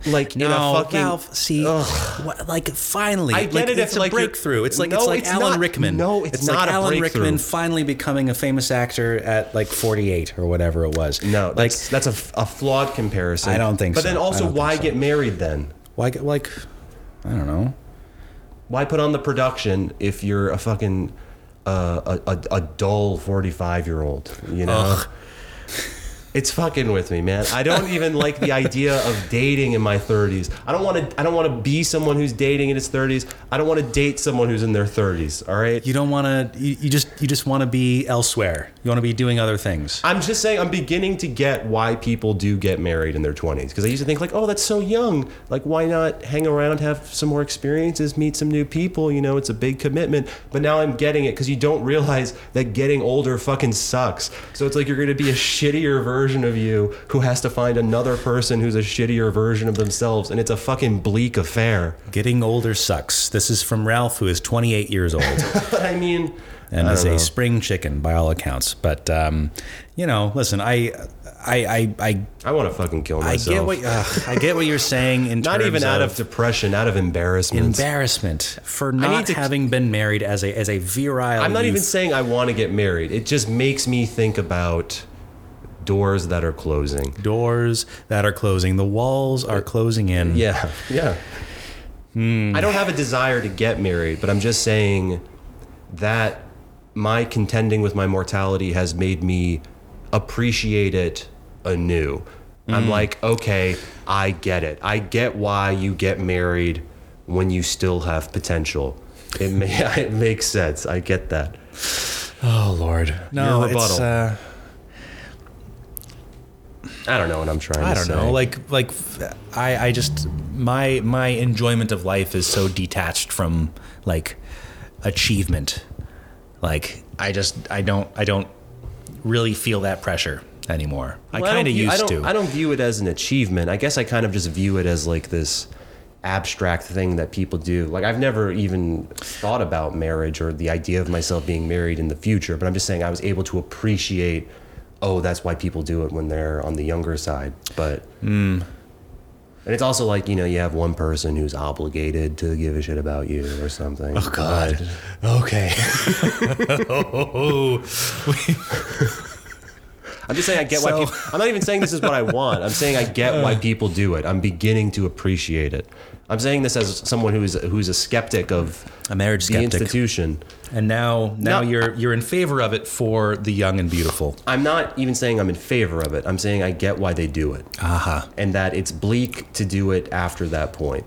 Speaker 1: like in
Speaker 2: No,
Speaker 1: a fucking.
Speaker 2: Ralph, see, what, like finally,
Speaker 1: I get
Speaker 2: like,
Speaker 1: it
Speaker 2: It's
Speaker 1: if,
Speaker 2: a
Speaker 1: like, you're-
Speaker 2: breakthrough. It's like
Speaker 1: No,
Speaker 2: it's like
Speaker 1: it's
Speaker 2: Alan
Speaker 1: not-
Speaker 2: Rickman.
Speaker 1: no, it's not
Speaker 2: like
Speaker 1: a
Speaker 2: Alan
Speaker 1: breakthrough.
Speaker 2: Rickman finally becoming a famous actor at like 48 or whatever it was.
Speaker 1: no,
Speaker 2: like
Speaker 1: that's that's a, f- a flawed comparison.
Speaker 2: I don't think
Speaker 1: But
Speaker 2: so.
Speaker 1: then
Speaker 2: I
Speaker 1: also,
Speaker 2: don't think
Speaker 1: why
Speaker 2: so.
Speaker 1: get married then?
Speaker 2: why? get- Like I don't know.
Speaker 1: Why put on the production if you're a fucking uh, a, a a dull forty-five-year-old? You know. It's fucking with me, man. I don't even like the idea of dating in my 30s. I don't want to. I don't want to be someone who's dating in his 30s. I don't want to date someone who's in their 30s. All right.
Speaker 2: You don't want to. You, you just you just want to be elsewhere. You want to be doing other things.
Speaker 1: I'm just saying, I'm beginning to get why people do get married in their 20s. Because I used to think, like, oh, that's so young. Like, why not hang around, have some more experiences, meet some new people? You know, it's a big commitment. But now I'm getting it because you don't realize that getting older fucking sucks. So it's like you're going to be a shittier version of you who has to find another person who's a shittier version of themselves. And it's a fucking bleak affair.
Speaker 2: Getting older sucks. This is from Ralph, who is 28 years old.
Speaker 1: But I mean,
Speaker 2: and
Speaker 1: I
Speaker 2: is
Speaker 1: don't
Speaker 2: a
Speaker 1: know.
Speaker 2: spring chicken by all accounts. But um, you know, listen, I, I, I, I,
Speaker 1: I want to fucking kill
Speaker 2: I
Speaker 1: myself.
Speaker 2: get what ugh, I get what you're saying in
Speaker 1: not
Speaker 2: terms
Speaker 1: even out of depression, out of embarrassment.
Speaker 2: embarrassment for not
Speaker 1: to-
Speaker 2: having been married as a as a virile.
Speaker 1: I'm not even
Speaker 2: youth.
Speaker 1: saying I want to get married. It just makes me think about doors that are closing.
Speaker 2: doors that are closing. The walls are closing in.
Speaker 1: Yeah, yeah.
Speaker 2: Hmm.
Speaker 1: I don't have a desire to get married, but I'm just saying that my contending with my mortality has made me appreciate it anew. I'm
Speaker 2: Hmm.
Speaker 1: like, okay, I get it. I get why you get married when you still have potential. It, may, it makes sense. I get that.
Speaker 2: Oh Lord. No,
Speaker 1: Your
Speaker 2: it's.
Speaker 1: rebuttal.
Speaker 2: Uh,
Speaker 1: I don't know what I'm trying
Speaker 2: I
Speaker 1: to
Speaker 2: don't
Speaker 1: say.
Speaker 2: know. Like like f- I I just my my enjoyment of life is so detached from like achievement. Like I just I don't I don't really feel that pressure anymore. I
Speaker 1: Well,
Speaker 2: kind of
Speaker 1: don't view-
Speaker 2: used
Speaker 1: I don't-
Speaker 2: to.
Speaker 1: I don't view it as an achievement. I guess I kind of just view it as like this abstract thing that people do. Like I've never even thought about marriage or the idea of myself being married in the future, but I'm just saying I was able to appreciate oh, that's why people do it when they're on the younger side. But
Speaker 2: Hmm.
Speaker 1: and it's also like, you know, you have one person who's obligated to give a shit about you or something. Oh
Speaker 2: God. Okay. oh,
Speaker 1: I'm just saying I get why
Speaker 2: So-
Speaker 1: people I'm not even saying this is what I want. I'm saying I get why people do it. I'm beginning to appreciate it. I'm saying this as someone who's who's a skeptic of
Speaker 2: a marriage
Speaker 1: the
Speaker 2: skeptic.
Speaker 1: institution.
Speaker 2: and now, now
Speaker 1: No.
Speaker 2: you're you're in favor of it for the young and beautiful.
Speaker 1: I'm not even saying I'm in favor of it. I'm saying I get why they do it.
Speaker 2: Aha.
Speaker 1: and that it's bleak to do it after that point.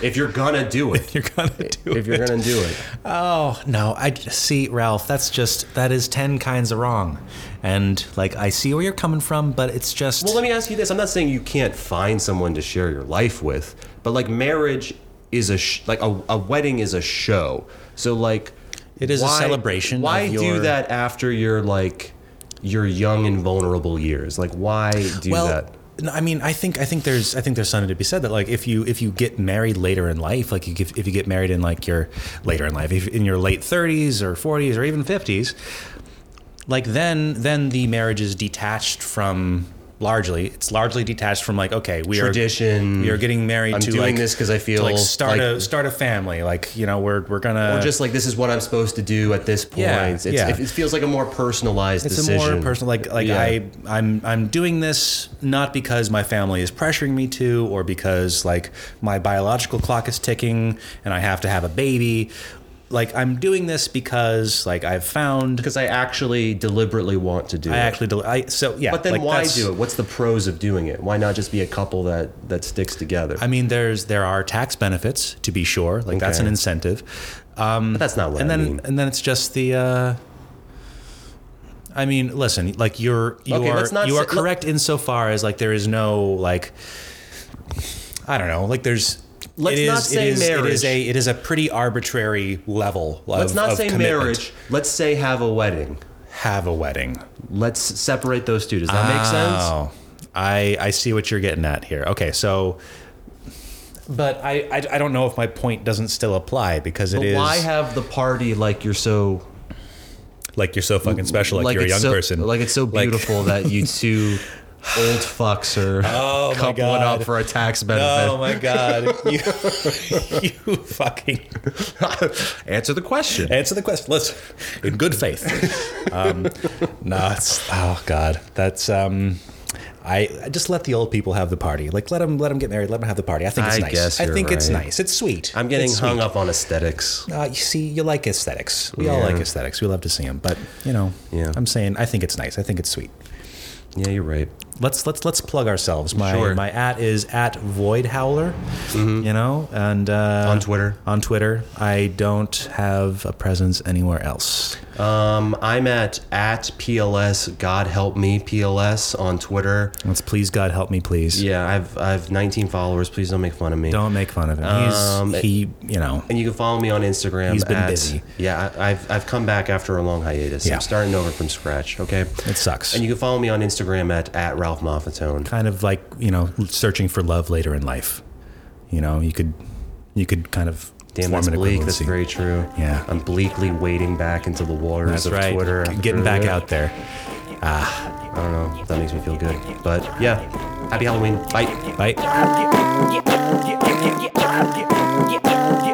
Speaker 1: If you're gonna do it,
Speaker 2: You're gonna do
Speaker 1: if you're gonna do it,
Speaker 6: Oh no! I see, Ralph. That's just that is ten kinds of wrong, and like I see where you're coming from, but it's just
Speaker 1: well, let me ask you this: I'm not saying you can't find someone to share your life with, but like marriage is a sh- like a, a wedding is a show. So like,
Speaker 6: It is a celebration
Speaker 1: Why
Speaker 6: of
Speaker 1: do
Speaker 6: your-
Speaker 1: that after you're like your young and vulnerable years? Like, why do
Speaker 6: well.
Speaker 1: that?
Speaker 6: no, I mean, I think I think there's I think there's something to be said that like if you if you get married later in life, like you give, if you get married in like your later in life, if in your late 30s or 40s or even 50s, like then then the marriage is detached from largely it's largely detached from like okay we
Speaker 1: Tradition.
Speaker 6: are we are getting married
Speaker 1: I'm
Speaker 6: to
Speaker 1: doing
Speaker 6: like
Speaker 1: this 'cause I
Speaker 6: to,
Speaker 1: feel
Speaker 6: like start
Speaker 1: like-
Speaker 2: it.
Speaker 6: a start a family like you know we're we're gonna
Speaker 1: Or just like this is what I'm supposed to do at this point.
Speaker 2: Yeah,
Speaker 1: it's,
Speaker 2: yeah.
Speaker 1: It, it feels like a more personalized
Speaker 2: it's
Speaker 1: decision.
Speaker 2: a more personal like like
Speaker 1: Yeah.
Speaker 2: i i'm i'm doing this not because my family is pressuring me to or because like my biological clock is ticking and i have to have a baby like i'm doing this because like i've found
Speaker 1: because I actually deliberately want to do
Speaker 2: i
Speaker 1: it.
Speaker 2: actually del- i so yeah
Speaker 1: But then
Speaker 2: like,
Speaker 1: why
Speaker 2: that's-
Speaker 1: do it? What's the pros of doing it? Why not just be a couple that that sticks together?
Speaker 2: i mean there's there are tax benefits to be sure like that's
Speaker 1: Okay.
Speaker 2: an incentive um
Speaker 1: but that's not what
Speaker 2: and
Speaker 1: I
Speaker 2: then
Speaker 1: mean.
Speaker 2: and then it's just the uh I mean, listen, like you're you
Speaker 1: Okay,
Speaker 2: are
Speaker 1: let's not
Speaker 2: you are
Speaker 1: say- let-
Speaker 2: correct insofar as like there is no like I don't know, like there's
Speaker 1: Let's
Speaker 2: it is,
Speaker 1: not say
Speaker 2: it is, It
Speaker 1: marriage.
Speaker 2: is a it is a pretty arbitrary level of
Speaker 1: Let's not
Speaker 2: of
Speaker 1: say
Speaker 2: commitment.
Speaker 1: marriage. Let's say have a wedding.
Speaker 2: Have a wedding.
Speaker 1: Let's separate those two. Does that make sense?
Speaker 2: Oh, I I see what you're getting at here. Okay, so but I I, I don't know if my point doesn't still apply because it
Speaker 1: But
Speaker 2: is
Speaker 1: why have the party like you're so
Speaker 2: like you're so fucking special, like, you're a
Speaker 1: it's
Speaker 2: young
Speaker 1: so,
Speaker 2: person,
Speaker 1: Like it's so beautiful that you two old fucks are
Speaker 2: Oh, my
Speaker 1: coupling
Speaker 2: God.
Speaker 1: up for a tax
Speaker 2: Oh
Speaker 1: benefit.
Speaker 2: my god! You, you fucking
Speaker 1: Answer the question.
Speaker 2: answer the question. Let's in good faith. Um, no, it's oh god. That's um, I, I just let the old people have the party. Like let them let them get married. Let them have the party. I think it's
Speaker 1: I
Speaker 2: nice.
Speaker 1: guess
Speaker 2: I
Speaker 1: you're
Speaker 2: think it's
Speaker 1: right.
Speaker 2: nice. It's sweet.
Speaker 1: I'm getting
Speaker 2: It's
Speaker 1: hung
Speaker 2: sweet.
Speaker 1: up on aesthetics.
Speaker 2: Uh, you see, you like aesthetics. We all
Speaker 1: Yeah.
Speaker 2: like aesthetics. We love to see them, but you know,
Speaker 1: Yeah.
Speaker 2: I'm saying I think it's nice. I think it's sweet.
Speaker 1: Yeah, you're right.
Speaker 2: let's let's let's plug ourselves. My
Speaker 1: Sure. Mm-hmm.
Speaker 2: my at is at Void Howler, you know, and uh,
Speaker 1: On Twitter.
Speaker 2: On Twitter, I don't have a presence anywhere else.
Speaker 1: Um, I'm at at PLS God help me PLS on Twitter.
Speaker 2: Let's please God help me, please.
Speaker 1: Yeah, I've I've 19 followers. Please don't make fun of me.
Speaker 2: Don't make fun of him. He's
Speaker 1: Um,
Speaker 2: he, you know.
Speaker 1: And you can follow me on Instagram.
Speaker 2: He's been
Speaker 1: at-
Speaker 2: busy.
Speaker 1: Yeah, I- I've I've come back after a long hiatus.
Speaker 2: Yeah.
Speaker 1: I'm starting over from scratch. Okay.
Speaker 2: It sucks.
Speaker 1: And you can follow me on Instagram at at Ralph Moffatone.
Speaker 2: kind of like you know, searching for love later in life. You know, you could you could kind of
Speaker 1: Damn,
Speaker 2: form
Speaker 1: that's
Speaker 2: an
Speaker 1: bleak. That's
Speaker 2: equivalency.
Speaker 1: very true.
Speaker 2: Yeah.
Speaker 1: I'm bleakly wading back into the waters
Speaker 2: That's
Speaker 1: of
Speaker 2: right.
Speaker 1: Twitter.
Speaker 2: Getting back out there.
Speaker 1: I don't know. if That makes me feel good. But yeah, happy Halloween. Bye.
Speaker 2: Bye.
Speaker 7: yeah, yeah, yeah, yeah, yeah, yeah, yeah, yeah, yeah, yeah, yeah.